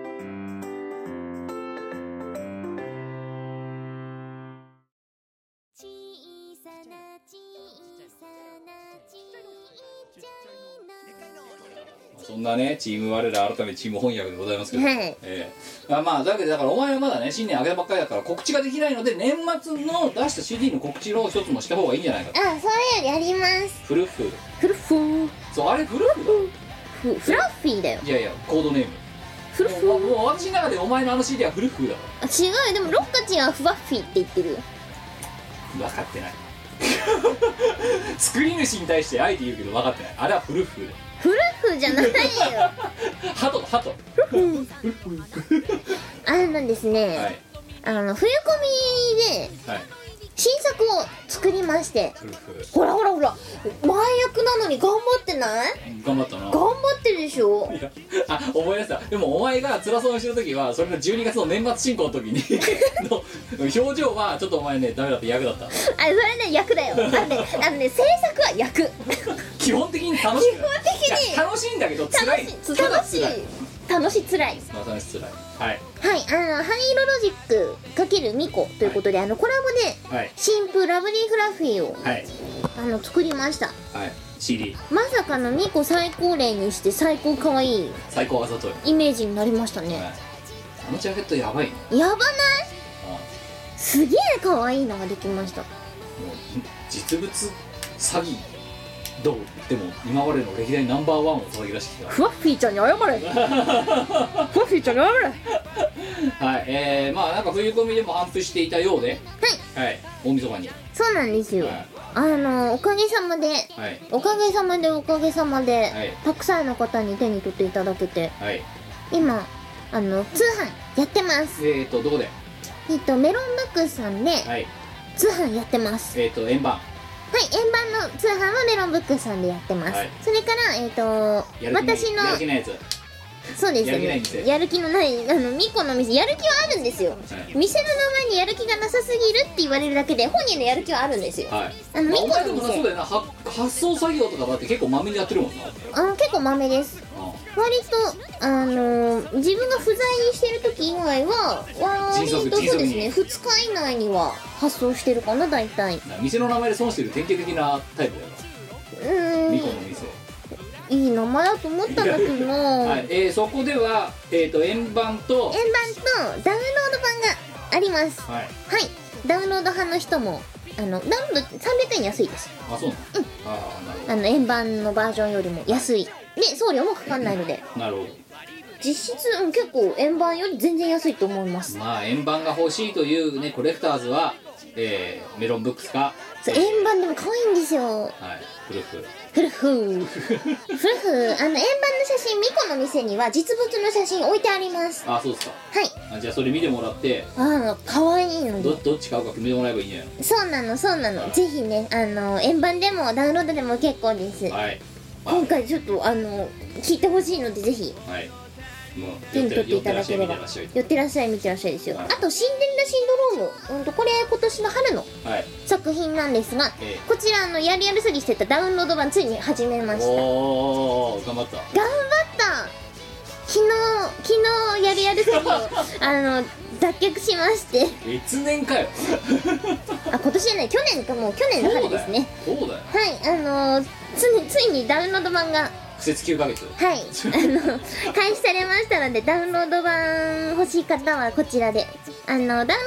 Speaker 6: う」
Speaker 3: 小さな小さなちっちゃいの
Speaker 1: そんなねチーム我ら改めチーム翻訳でございますけど、
Speaker 2: はい
Speaker 1: ええあまあだけどだからお前はまだね新年明けたばっかりだから告知ができないので年末の出した CD の告知を一つもした方がいいんじゃないかと
Speaker 2: あそれよりやります
Speaker 1: フルッフ
Speaker 2: フルフー
Speaker 1: そうあれフルッフ
Speaker 2: フフラッフィーだよ
Speaker 1: だいやいやコードネーム
Speaker 2: フルフ
Speaker 1: もう
Speaker 2: ー
Speaker 1: もう私の中でお前のあの CD はフルッフだか
Speaker 2: あ違うよでもロッカチンはフワッフィーって言ってるよ
Speaker 1: ら分かってない 作り主に対してあえて言うけど分かってないあれはフルッフだよ
Speaker 2: フルフじゃ ないよ
Speaker 1: ハトハトは
Speaker 2: あのです
Speaker 1: い
Speaker 2: ね、
Speaker 1: はい
Speaker 2: あの冬コミで新作を作りまして
Speaker 1: フルッフ
Speaker 2: ほらほらほら前役なのに頑張ってない
Speaker 1: 頑張ったな
Speaker 2: 頑張ってるでしょ
Speaker 1: いやあ思い出したでもお前が辛そうにしてる時はそれの12月の年末進行の時に の表情はちょっとお前ねダメだった役だった
Speaker 2: あそれね役だよあのねあのね制作は役
Speaker 1: 基本的に楽しい基本
Speaker 2: 的に
Speaker 1: 楽しいんだけど辛
Speaker 2: 楽
Speaker 1: い
Speaker 2: しい楽しい
Speaker 1: ただ辛い
Speaker 2: 楽しいつらい
Speaker 1: まあ楽しい辛いはい
Speaker 2: はいあの「灰色ロジック×ミコ」ということで、あのコラボで
Speaker 1: はい
Speaker 2: 新婦ラブリーフラフィーを
Speaker 1: はい
Speaker 2: あの作りました
Speaker 1: はい CD
Speaker 2: まさかのミコ最高齢にして最高可愛い
Speaker 1: 最高あざとい、はい、
Speaker 2: イメージになりましたね、
Speaker 1: あのジャケットやばいね
Speaker 2: やばない
Speaker 1: あ
Speaker 2: すげえ可愛いのができました
Speaker 1: もう実物詐欺どうでも今までの歴代ナンバーワンを叩き出してきた
Speaker 2: フワッフィーちゃんに謝れフワッ フィーちゃんに謝れ
Speaker 1: はいえー、まあなんか冬コミでも反復していたようではい、はい、大晦日に
Speaker 2: そうなんですよ
Speaker 1: はい
Speaker 2: あのおかげさまで
Speaker 1: はい
Speaker 2: おかげさまでおかげさまで、
Speaker 1: はい
Speaker 2: たくさんの方に手に取っていただけて
Speaker 1: はい
Speaker 2: 今あの通販やってます
Speaker 1: えーとどこで
Speaker 2: えっとメロンバックスさんで、
Speaker 1: はい
Speaker 2: 通販やってます
Speaker 1: えっ、と円盤
Speaker 2: はい円盤の通販はメロンブックさんでやってます、
Speaker 1: はい
Speaker 2: それからえっ、と
Speaker 1: やる気ない
Speaker 2: 私の
Speaker 1: やる気ないやつ、
Speaker 2: そうですよ
Speaker 1: やる気ない
Speaker 2: ね
Speaker 1: 店
Speaker 2: やる気のないあのミコの店やる気はあるんですよ
Speaker 1: はい
Speaker 2: 店の名前にやる気がなさすぎるって言われるだけで本人のやる気はあるんですよ
Speaker 1: はい
Speaker 2: あのミ
Speaker 1: まあ、
Speaker 2: コ
Speaker 1: お前で
Speaker 2: の
Speaker 1: もなそう
Speaker 2: 店
Speaker 1: だよなは発送作業とかだって結構まめにやってるもんな
Speaker 2: あの結構マメです割とあのー自分が不在にしてる時以外は割
Speaker 1: 迅速
Speaker 2: とそう
Speaker 1: 迅
Speaker 2: で
Speaker 1: 速
Speaker 2: すね
Speaker 1: に
Speaker 2: 2日以内には発送してるかな大体う
Speaker 1: うん店の名前で損してる典型的なタイプだよなミコの
Speaker 2: ー
Speaker 1: 店、
Speaker 2: んいい名前だと思ったんだけどな、
Speaker 1: はいえーそこでは、えー、と円盤と
Speaker 2: 円盤とダウンロード版がありますは
Speaker 1: はい
Speaker 2: いダウンロード派の人もあのダウンロード300円安いです
Speaker 1: あそうなの、ああなるほ
Speaker 2: あの円盤のバージョンよりも安いで送料もかかんないので
Speaker 1: どなるほ
Speaker 2: 実質うん結構円盤より全然安いと思います
Speaker 1: どまあ円盤が欲しいというねコレクターズは、えーメロンブックスか
Speaker 2: そう円盤でも可愛いんですよ
Speaker 1: はいフルフル
Speaker 2: フルフーフルフーあの円盤の写真ミコの店には実物の写真置いてあります
Speaker 1: あそうですか
Speaker 2: はい
Speaker 1: あじゃあそれ見てもらって
Speaker 2: ああ可愛いの
Speaker 1: ど
Speaker 2: で
Speaker 1: どっち買うか決めてもらえばいいんじゃない
Speaker 2: そうなのそうなのぜひねあの円盤でもダウンロードでも結構です
Speaker 1: のはい、まあ
Speaker 2: 今回ちょっとあの聞いてほしいのでぜひ
Speaker 1: はいもう
Speaker 2: 手に取っていただければ
Speaker 1: 寄ってらっしゃい見て
Speaker 2: 寄ってらっしゃい見てらっしゃいですよ
Speaker 1: はい
Speaker 2: あと「シンデレラシンドローム」うんとこれ今年の春の
Speaker 1: らっしゃいはい
Speaker 2: 作品なんですが
Speaker 1: え
Speaker 2: こちらあのやるやる詐欺してたダウンロード版ついに始めま
Speaker 1: え
Speaker 2: した
Speaker 1: おー頑張った
Speaker 2: 頑張った昨日昨日やるやる 詐欺をあの脱却しまして
Speaker 1: 月年かよ
Speaker 2: あ今年じゃない去年かもう去年
Speaker 1: そ
Speaker 2: の
Speaker 1: うだ
Speaker 2: 春
Speaker 1: よ
Speaker 2: ですね
Speaker 1: そうだよ
Speaker 2: はいあのつついにダウンロード版が
Speaker 1: 苦節9ヶ月
Speaker 2: はいあの開始されましたのでダウンロード版欲しい方はこちらであのダウンロード版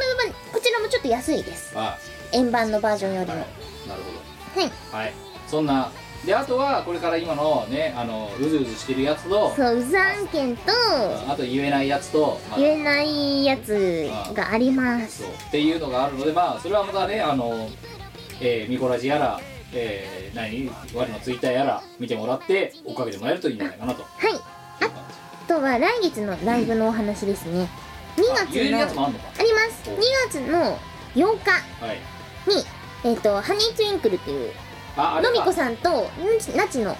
Speaker 2: こちらもちょっと安いです
Speaker 1: あ
Speaker 2: 円盤のバージョンより
Speaker 1: な
Speaker 2: も
Speaker 1: る
Speaker 2: は
Speaker 1: なるほど
Speaker 2: い
Speaker 1: はいそんなであとはこれから今のねあのうずうずしてるやつと
Speaker 2: そううざんけんと
Speaker 1: あと言えないやつと、まあ
Speaker 2: 言えないやつがあります
Speaker 1: そうっていうのがあるのでまあそれはまたねあの、えーミコラジやら、えー、何我のツイッターやら見てもらって追っかけてもらえるといいんじゃないかなと
Speaker 2: はい
Speaker 1: いう感
Speaker 2: あとは来月のライブのお話ですね2
Speaker 1: じあ
Speaker 2: 月
Speaker 1: 言える
Speaker 2: の
Speaker 1: やつもあんの
Speaker 2: あります2月の8日
Speaker 1: かはい
Speaker 2: にえっ、とハニーツインクルという
Speaker 1: ああれ
Speaker 2: の
Speaker 1: か
Speaker 2: みこさんとんなちの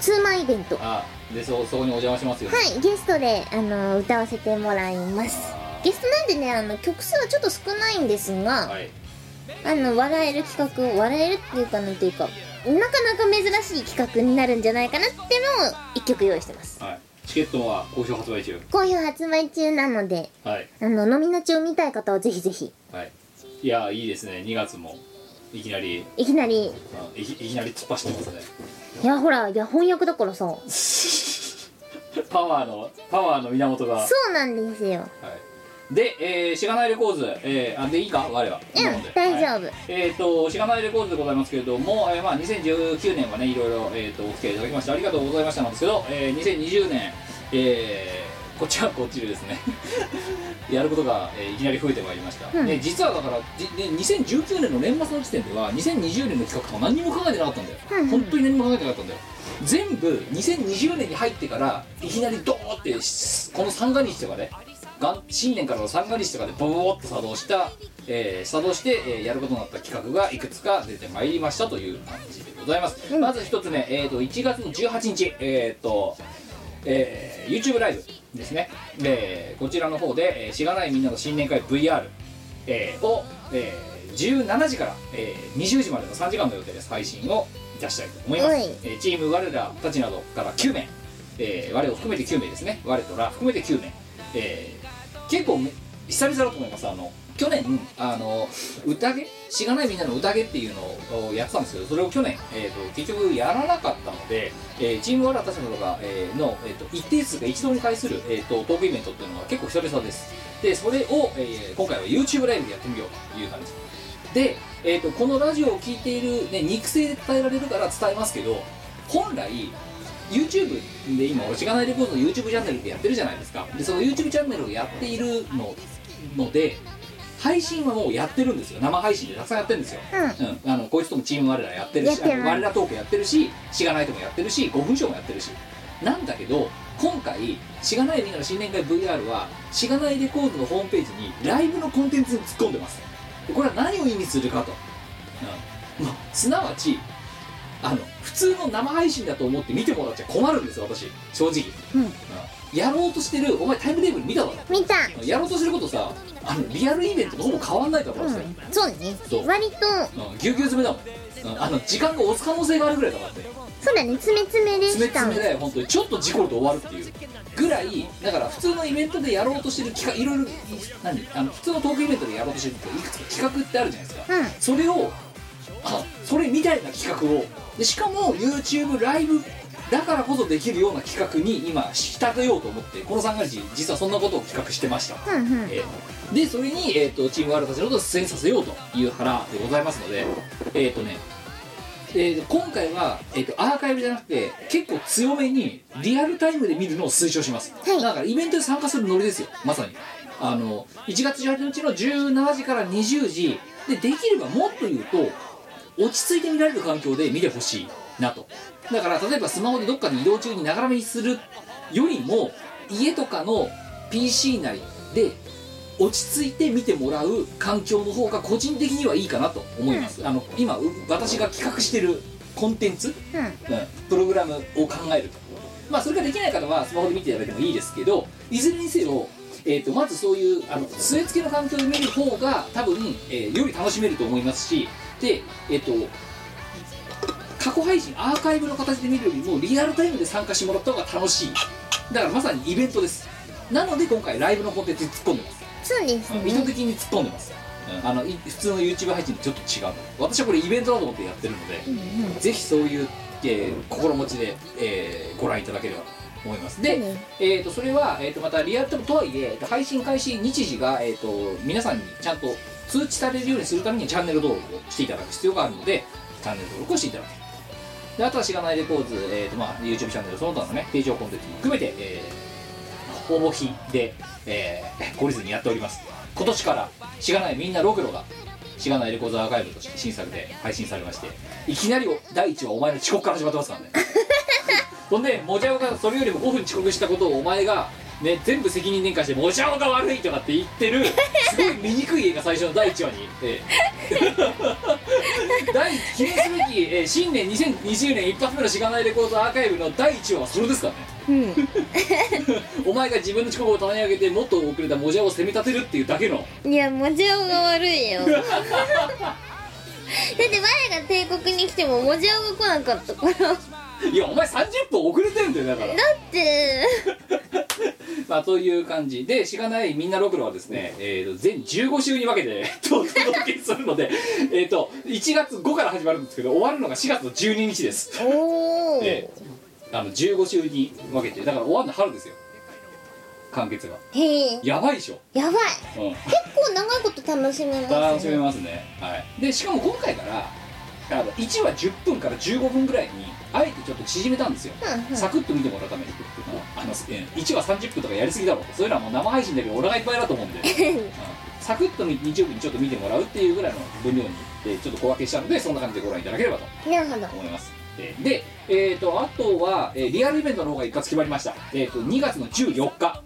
Speaker 2: ツーマンイベントは
Speaker 1: あでそそこにお邪魔しますよ、
Speaker 2: いゲストであの歌わせてもらいます
Speaker 1: あ
Speaker 2: ゲストなんでねあの曲数はちょっと少ないんです
Speaker 1: ー
Speaker 2: が、
Speaker 1: はい
Speaker 2: あの笑える企画を笑えるっていうかなんていうかなかなか珍しい企画になるんじゃないかなってのを1曲用意してます
Speaker 1: はいチケットは好評発売中
Speaker 2: 好評発売中なので
Speaker 1: はい
Speaker 2: あのノミナチを見たい方はぜひぜひ
Speaker 1: はいいやいいですね2月もいきなり
Speaker 2: いきなり
Speaker 1: あいきいきなり突っ走ってますね
Speaker 2: いやほらいや翻訳だからさ
Speaker 1: パワーのパワーの源が、は
Speaker 2: そうなんですよ
Speaker 1: い、で、えー、しがないレコーズ、えー、あでいいか我は今ので
Speaker 2: うん大
Speaker 1: はい
Speaker 2: 丈夫
Speaker 1: えー、としがないレコーズでございますけれども、えーまあ、2019年はねいろいろ、えー、とお付き合いいただきましてありがとうございましたなんですけど、えー、2020年、えーこっちはこっちでですねやることが、えーいきなり増えてまいりました、
Speaker 2: うん
Speaker 1: ね実はだからじ、ね、2019年の年末の時点では2020年の企画とか何にも考えてなかったんだよ、
Speaker 2: うんうん
Speaker 1: 本当に何も考えてなかったんだよ全部2020年に入ってからいきなりドーってしこの三が日とかね元新年からの三が日とかでボーっと作動した、えー作動して、えーやることになった企画がいくつか出てまいりましたという感じでございます、まず一つ目、えー、と1月の18日えっ、とえー YouTube ライブですね、えーこちらの方で、えーしがないみんなの新年会 VR、えーを、えー17時から、えー20時までの3時間の予定です配信をいたしたいと思います、
Speaker 2: はい
Speaker 1: えーチーム我らたちなどから9名、えー我を含めて9名ですね我とら含めて9名、えー結構め久々だと思いますあの去年あの宴しがないみんなの宴っていうのをやってたんですけどそれを去年、えー、と結局やらなかったので、えーチーム我らたちなどが、えーの、えーと一定数が一堂に会する、えーとトークイベントっていうのが結構久々ですでそれを、えー今回は YouTube ライブでやってみようという感じで、えー、とこのラジオを聞いている、ね、肉声で伝えられるから伝えますけど本来 YouTube で今俺しがないレコードの YouTube チャンネルってやってるじゃないですかでその YouTube チャンネルをやっているのので配信はもうやってるんですよ生配信でたくさんやってるんですよ、うんあのこいつともチーム我らやってるし
Speaker 2: やってます
Speaker 1: 我らトークやってるししがないともやってるし5分賞もやってるしなんだけど今回しがないみんなの新年会 VR はしがないレコードのホームページにライブのコンテンツに突っ込んでますこれは何を意味するかと、うんまあ、すなわちあの普通の生配信だと思って見てもらっちゃ困るんですよ私正直、
Speaker 2: うん
Speaker 1: うんやろうとしてるお前タイムテーブル見ただろ
Speaker 2: 見た
Speaker 1: やろうとしてることさあのリアルイベントとほぼ変わんないだろう
Speaker 2: う
Speaker 1: んさ、うん、
Speaker 2: そうね
Speaker 1: そう
Speaker 2: 割と
Speaker 1: ぎゅうぎゅう詰めだもん、うんあの時間が押す可能性があるぐらいだからって
Speaker 2: そうだね詰め詰めで
Speaker 1: 詰め
Speaker 2: した
Speaker 1: 詰めだよ本当にちょっと事故ると終わるっていうぐらいだから普通のイベントでやろうとしてる企画いろいろい何あの普通のトークイベントでやろうとしてるっていくつか企画ってあるじゃないですか、
Speaker 2: うん
Speaker 1: それをあそれみたいな企画をでしかも YouTube ライブだからこそできるような企画に今仕立てようと思ってこの3月実はそんなことを企画してました、
Speaker 2: うんうん
Speaker 1: えーでそれに、えー、とチームワールドたちのことを出演させようという腹でございますのでえっ、とね、えー今回は、えー、とアーカイブじゃなくて結構強めにリアルタイムで見るのを推奨します、
Speaker 2: はい
Speaker 1: だからイベントで参加するノリですよまさにあの1月18日の17時から20時でできればもっと言うと落ち着いて見られる環境で見てほしいなとだから例えばスマホでどっかに移動中にながらめにするよりも家とかの PC なりで落ち着いて見てもらう環境の方が個人的にはいいかなと思います、あの今う私が企画してるコンテンツ、
Speaker 2: うん
Speaker 1: うんプログラムを考えるとまあそれができない方はスマホで見ていただいてもいいですけどいずれにせよ、えー、とまずそういうあの据え付けの環境で見る方が多分、えーより楽しめると思いますしでえっ、と過去配信アーカイブの形で見るよりもリアルタイムで参加してもらった方が楽しいだからまさにイベントですなので今回ライブのコンテンツに突っ込んでます
Speaker 2: そうです
Speaker 1: 意図
Speaker 2: ね
Speaker 1: 的に突っ込んでます、あのい普通の YouTube 配信とちょっと違うの私はこれイベントだと思ってやってるので、
Speaker 2: うんうん
Speaker 1: ぜひそういう、えー心持ちで、えーご覧いただければと思いますで、
Speaker 2: そうね
Speaker 1: えー、とそれは、えー、とまたリアルタイムとはいええーと配信開始日時が、えー、と皆さんにちゃんと通知されるようにするためにチャンネル登録をしていただく必要があるのでチャンネル登録をしていただくであとはしがないレコーズ、えーとまあ、YouTube チャンネルその他のね定常コンテンツも含めて、えー、ほぼ日で、えー、懲りずにやっております今年からしがないみんなロクロがしがないレコーズアーカイブとして新作で配信されましていきなりお第一話お前の遅刻から始まってますからねほんでもじゃおがそれよりも5分遅刻したことをお前がね全部責任転嫁してもじゃおが悪いとかって言ってるすごい醜い映画最初の第1話に、ええ 第記念すべき、ええ新年2020年一発目のしがないレコードアーカイブの第1話はそれですからね
Speaker 2: うん
Speaker 1: お前が自分の遅刻を棚に上げてもっと遅れたもじゃおを責め立てるっていうだけの
Speaker 2: いやモジャオが悪い よだって我が帝国に来てもモジャオが来なかったからだ
Speaker 1: いやお前30分遅れてんだよだから
Speaker 2: って
Speaker 1: まあという感じでしがないみんなロクロはですね、えーと全15週に分けて お届けするのでえっと1月5から始まるんですけど終わるのが4月の12日です
Speaker 2: おお、
Speaker 1: であの15週に分けてだから終わるの春ですよ完結が
Speaker 2: へえ
Speaker 1: やばいでしょ、
Speaker 2: やばい
Speaker 1: うん、
Speaker 2: 結構長いこと楽しめますね
Speaker 1: 楽しめますね、はい、でしかも今回からあの1話10分から15分ぐらいにあえてちょっと縮めたんですよ、
Speaker 2: うんうん
Speaker 1: サクッと見てもらうために、うんあのえー1話30分とかやりすぎだろうそういうのはもう生配信だけどお腹いっぱいだと思うんで、うんサクッと日曜日にちょっと見てもらうっていうぐらいの分量に、えーちょっと小分けしたのでそんな感じでご覧いただければと
Speaker 2: なるほど
Speaker 1: 思いますえーで、えー、とあとは、えーリアルイベントの方が一括決まりました、えー、と2月の14日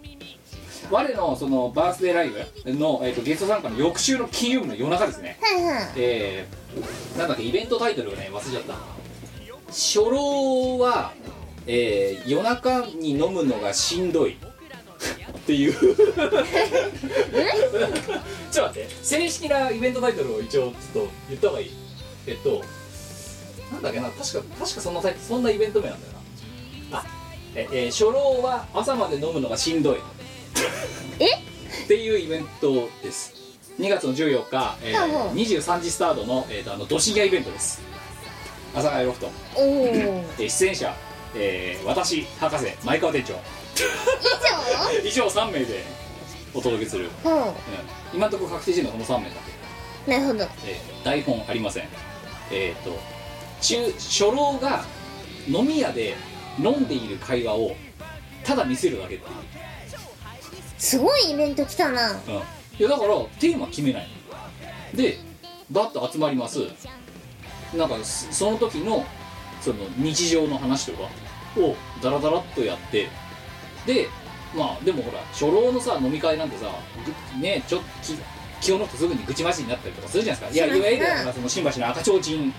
Speaker 1: 我のそのバースデーライブの、えー、とゲスト参加の翌週の金曜日の夜中ですね
Speaker 2: は いはい
Speaker 1: えー、なんだっけイベントタイトルをね忘れちゃった初老は、えー夜中に飲むのがしんどいっていうちょっと待って正式なイベントタイトルを一応ちょっと言った方がいいえっとなんだっけな確か確かそんなタイそんなイベント名なんだよなあええー初老は朝まで飲むのがしんどいっていうイベントです2月の14日、えー
Speaker 2: うんうん
Speaker 1: 23時スタートの、えーと、あのドシギャイベントです阿佐ヶ谷ロフト、
Speaker 2: おお以上
Speaker 1: えー出演者、えー私博士前川店長以上3名でお届けする、うん
Speaker 2: うん
Speaker 1: 今のところ確定してるのはこの3名だ
Speaker 2: なるほど
Speaker 1: け、えー台本ありませんえっ、と中初老が飲み屋で飲んでいる会話をただ見せるだけっていう
Speaker 2: すごいイベント来たな
Speaker 1: うん、いやだからテーマ決めないでバッと集まりますなんかそその時のその日常の話とかをダラダラっとやってでまあでもほら初老のさ飲み会なんてさぐねちょっとき気を乗ってすぐに愚痴まじりになったりとかするじゃないですかいや
Speaker 2: し
Speaker 1: い
Speaker 2: ま
Speaker 1: わ
Speaker 2: す
Speaker 1: ゆるなんかその新橋の赤ちょうちん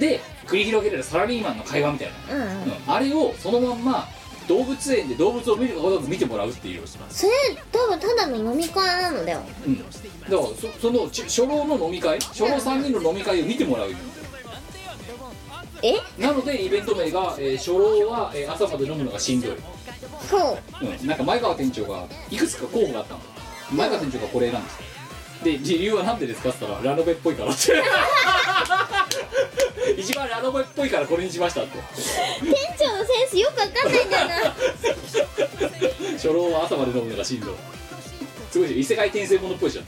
Speaker 1: で繰り広げられるサラリーマンの会話みたいな、
Speaker 2: うんう
Speaker 1: う
Speaker 2: ん、
Speaker 1: んあれをそのまんま動物園で動物を見ることなく見てもらうっていう、
Speaker 2: それ多分ただの飲み会なのだよ
Speaker 1: うん、だからそそのち初老の飲み会初老3人の飲み会を見てもらうよ
Speaker 2: え
Speaker 1: なのでイベント名が、えー初老は、えー朝まで飲むのがしんどい、
Speaker 2: そう
Speaker 1: うん、なんか前川店長がいくつか候補があったの前川店長がこれ選んでで理由は何でですかって言ったらラノベっぽいからって 一番ラノベっぽいからこれにしましたって
Speaker 2: 店長のセンスよくわかんないんだよな
Speaker 1: 初老は朝まで飲むのがしんどいすごいじゃん異世界転生ものっぽいじゃん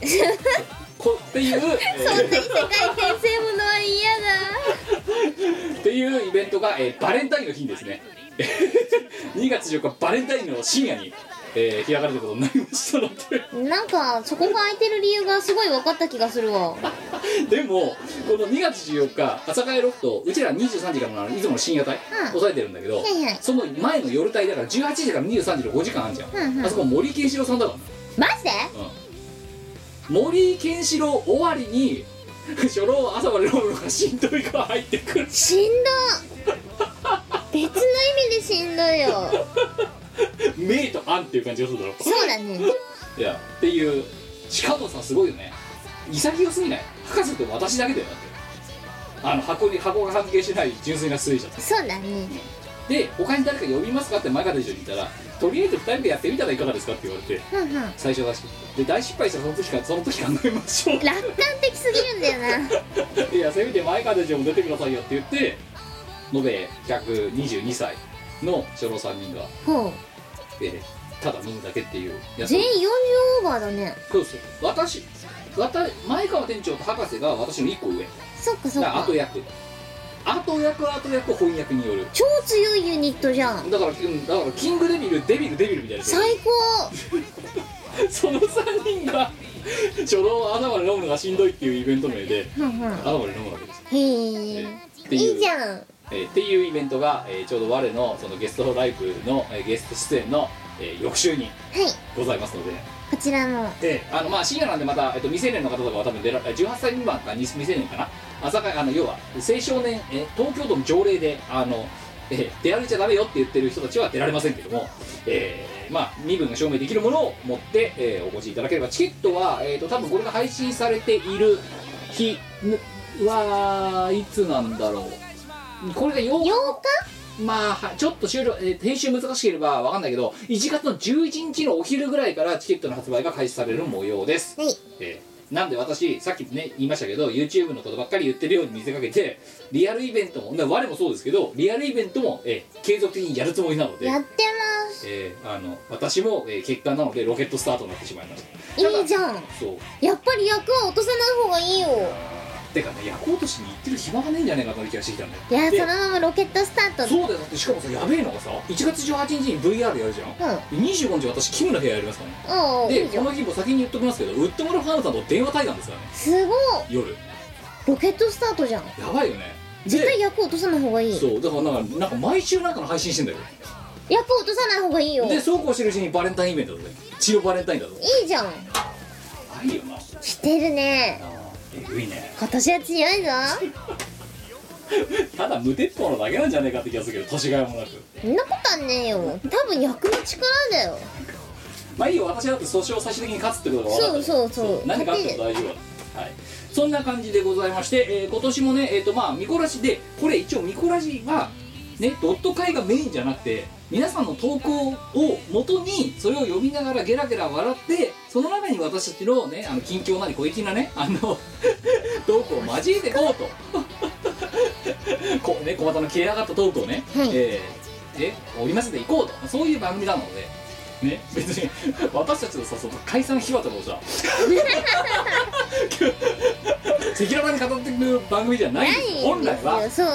Speaker 1: こっていう、えー
Speaker 2: そんな異世界転生ものは嫌だ
Speaker 1: っていうイベントが、えーバレンタインの日にですね 2月14日バレンタインの深夜に、えー開かれることになりましたので
Speaker 2: なんかそこが空いてる理由がすごい分かった気がするわ
Speaker 1: でもこの2月14日朝霞ロフトうちら23時からのいつもの深夜帯、
Speaker 2: ん
Speaker 1: 抑えてるんだけど、
Speaker 2: いはい
Speaker 1: その前の夜帯だから18時から23時の5時間あるじゃん、
Speaker 2: うんうん
Speaker 1: あそこ森健志郎さんだからね
Speaker 2: マジで
Speaker 1: 森健志郎終わりに初老朝まで飲むのがしんどいから入ってくる
Speaker 2: しんど別の意味でしんどいよ
Speaker 1: メイとアンっていう感じがするだろ
Speaker 2: そうだね
Speaker 1: いやっていうしかもさすごいよね潔すぎない博士って私だけだよだってあの箱に箱が関係しない純粋な推者と
Speaker 2: そうだね
Speaker 1: で他に誰か呼びますかって前方一緒にいたらとりあえず2人でやってみたらいかがですかって言われて
Speaker 2: うんうん楽
Speaker 1: 最初だしで大失敗したらその時かその時考えましょう
Speaker 2: 観的すぎるんだよな
Speaker 1: っていやせめて前方一緒も出てくださいよって言って延べ122歳の初老3人が、
Speaker 2: ほ
Speaker 1: えーただ飲むだけっていう
Speaker 2: う
Speaker 1: やつ
Speaker 2: 全員40オーバーだね
Speaker 1: そうですよ私私前川店長と博士が私の1個上
Speaker 2: そっかそっ
Speaker 1: だから
Speaker 2: か
Speaker 1: 後役後役後役翻訳による
Speaker 2: 超強いユニットじゃん
Speaker 1: だから、うん、だからキングデビルデビルデビルみたいな
Speaker 2: 最高
Speaker 1: その3人が初老頭で飲むのがしんどいっていうイベント名で
Speaker 2: うんうん
Speaker 1: 頭で飲むわけです
Speaker 2: へえ
Speaker 1: っていう
Speaker 2: いいじゃん
Speaker 1: えーっていうイベントが、えーちょうど我のそのゲストライブの、えーゲスト出演の、えー翌週に
Speaker 2: はい
Speaker 1: ございますので、
Speaker 2: こちらも
Speaker 1: えーあのまあ深夜なんでまた、えっと未成年の方とかは多分出ら18歳未満かに未成年かな朝かあの要は青少年、えー東京都の条例であの、えー出られちゃダメよって言ってる人たちは出られませんけども、えーまあ、身分が証明できるものを持って、えーお越しいただければチケットは、えー、と多分これが配信されている日はいつなんだろうこれが8
Speaker 2: 8日
Speaker 1: まあはちょっと終了、えー編集難しければわかんないけど1月の11日のお昼ぐらいからチケットの発売が開始される模様です、
Speaker 2: はい
Speaker 1: えーなんで私さっきね言いましたけど YouTube のことばっかり言ってるように見せかけてリアルイベントも、ね、我もそうですけどリアルイベントも、えー継続的にやるつもりなので
Speaker 2: やってます
Speaker 1: えーあの私も、えー結果なのでロケットスタートになってしまいました
Speaker 2: いいじゃん
Speaker 1: そう
Speaker 2: やっぱり役は落とさない方がいいよ
Speaker 1: てかね夜行都市に行ってる暇がねえんじゃねえかという気がしてきたんだよ
Speaker 2: いや
Speaker 1: で
Speaker 2: そのままロケットスタート
Speaker 1: そうだよだってしかもさやべえのがさ1月18日に VR やるじゃん
Speaker 2: うん
Speaker 1: 25日私キムの部屋やりますからね
Speaker 2: おうい
Speaker 1: で
Speaker 2: いじ
Speaker 1: こ
Speaker 2: ゃん
Speaker 1: の日も先に言っときますけどウッドモルファームさんと電話対談ですからね
Speaker 2: すごい
Speaker 1: 夜
Speaker 2: ロケットスタートじゃん
Speaker 1: やばいよね
Speaker 2: 絶対役落とさない方がいい
Speaker 1: そうだからなんかなんか毎週なんかの配信してんだよ
Speaker 2: 役落とさない方がいいよ
Speaker 1: でそうこうしてるうちにバレンタインイベントだね千代バレンタインだぞ
Speaker 2: いいじゃん
Speaker 1: あいよな
Speaker 2: してるね
Speaker 1: あーえぐいね
Speaker 2: 今年は強いぞ
Speaker 1: ただ無鉄砲のだけなんじゃねえかって気がするけど年がいもなく
Speaker 2: そんなことはねえよ多分役の力だよ
Speaker 1: まあいいよ私だって訴訟を最終的に勝つってことが分かった
Speaker 2: そうそうそう
Speaker 1: 何かあっても大丈夫だはいそんな感じでございまして、えー今年もねえっ、とまあミコラジでこれ一応ミコラジはねドット会がメインじゃなくて皆さんの投稿を元にそれを読みながらゲラゲラ笑ってその中に私たちのねあの近況なり小粋なねあの トークを交えていこうとこうね小股の消え上がったトークをね、
Speaker 2: はい
Speaker 1: えーで織り交ぜていこうとそういう番組なのでね別に私たちのさその解散秘話とかをさ 赤裸々に語っていく番組じゃないんですよ本来は
Speaker 2: そう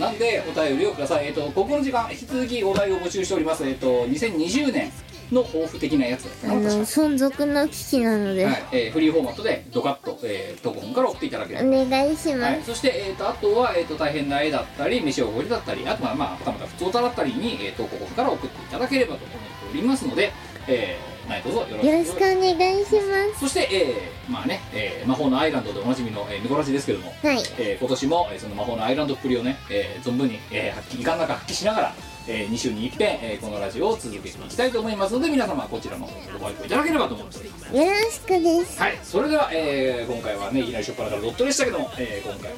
Speaker 1: なんでお便りをくださいえっ、とここの時間引き続きお題を募集しておりますえっ、と2020年の抱負的なやつ
Speaker 2: あ
Speaker 1: なのかし
Speaker 2: の存続の危機なので、
Speaker 1: らはいえーフリーフォーマットでドカッと、えー、投稿本から送っていただければ
Speaker 2: お願いしま
Speaker 1: はい、
Speaker 2: す
Speaker 1: そして、えー、とあとは、えー、と大変な絵だったり飯をおごりだったりあとはまあはたまた普通歌だったりに、えー、とここから送っていただければと思っておりますので、えー何卒よろしく
Speaker 2: よろしくお願いしま
Speaker 1: そして、えーまあね、えー魔法のアイランドでおなじみの、えー、ミコラジですけども、
Speaker 2: すはい
Speaker 1: えー今年も、えーその魔法のアイランドっぷりをね、えー存分に、えー発揮いかんなく発揮しながら、え2週に一遍、えーこのラジオを続けていきたいと思いますので皆様こちらの方もご愛顧いただければと思っております
Speaker 2: よろしくです
Speaker 1: はいそれでは、えー今回はねいきなりしょっぱなからドットでしたけども、えー今回は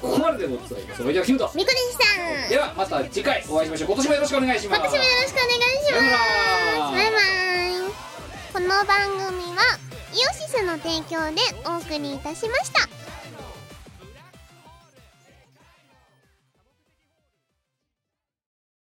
Speaker 1: ここまででございますそれではキムと
Speaker 2: みこでした
Speaker 1: ではまた次回お会いしましょう今年もよろしくお願いします
Speaker 2: 今年もよろしくお願いしま
Speaker 1: さ
Speaker 2: すバ
Speaker 1: よ
Speaker 2: イバイこの番組はイオシスの提供でお送りいたしました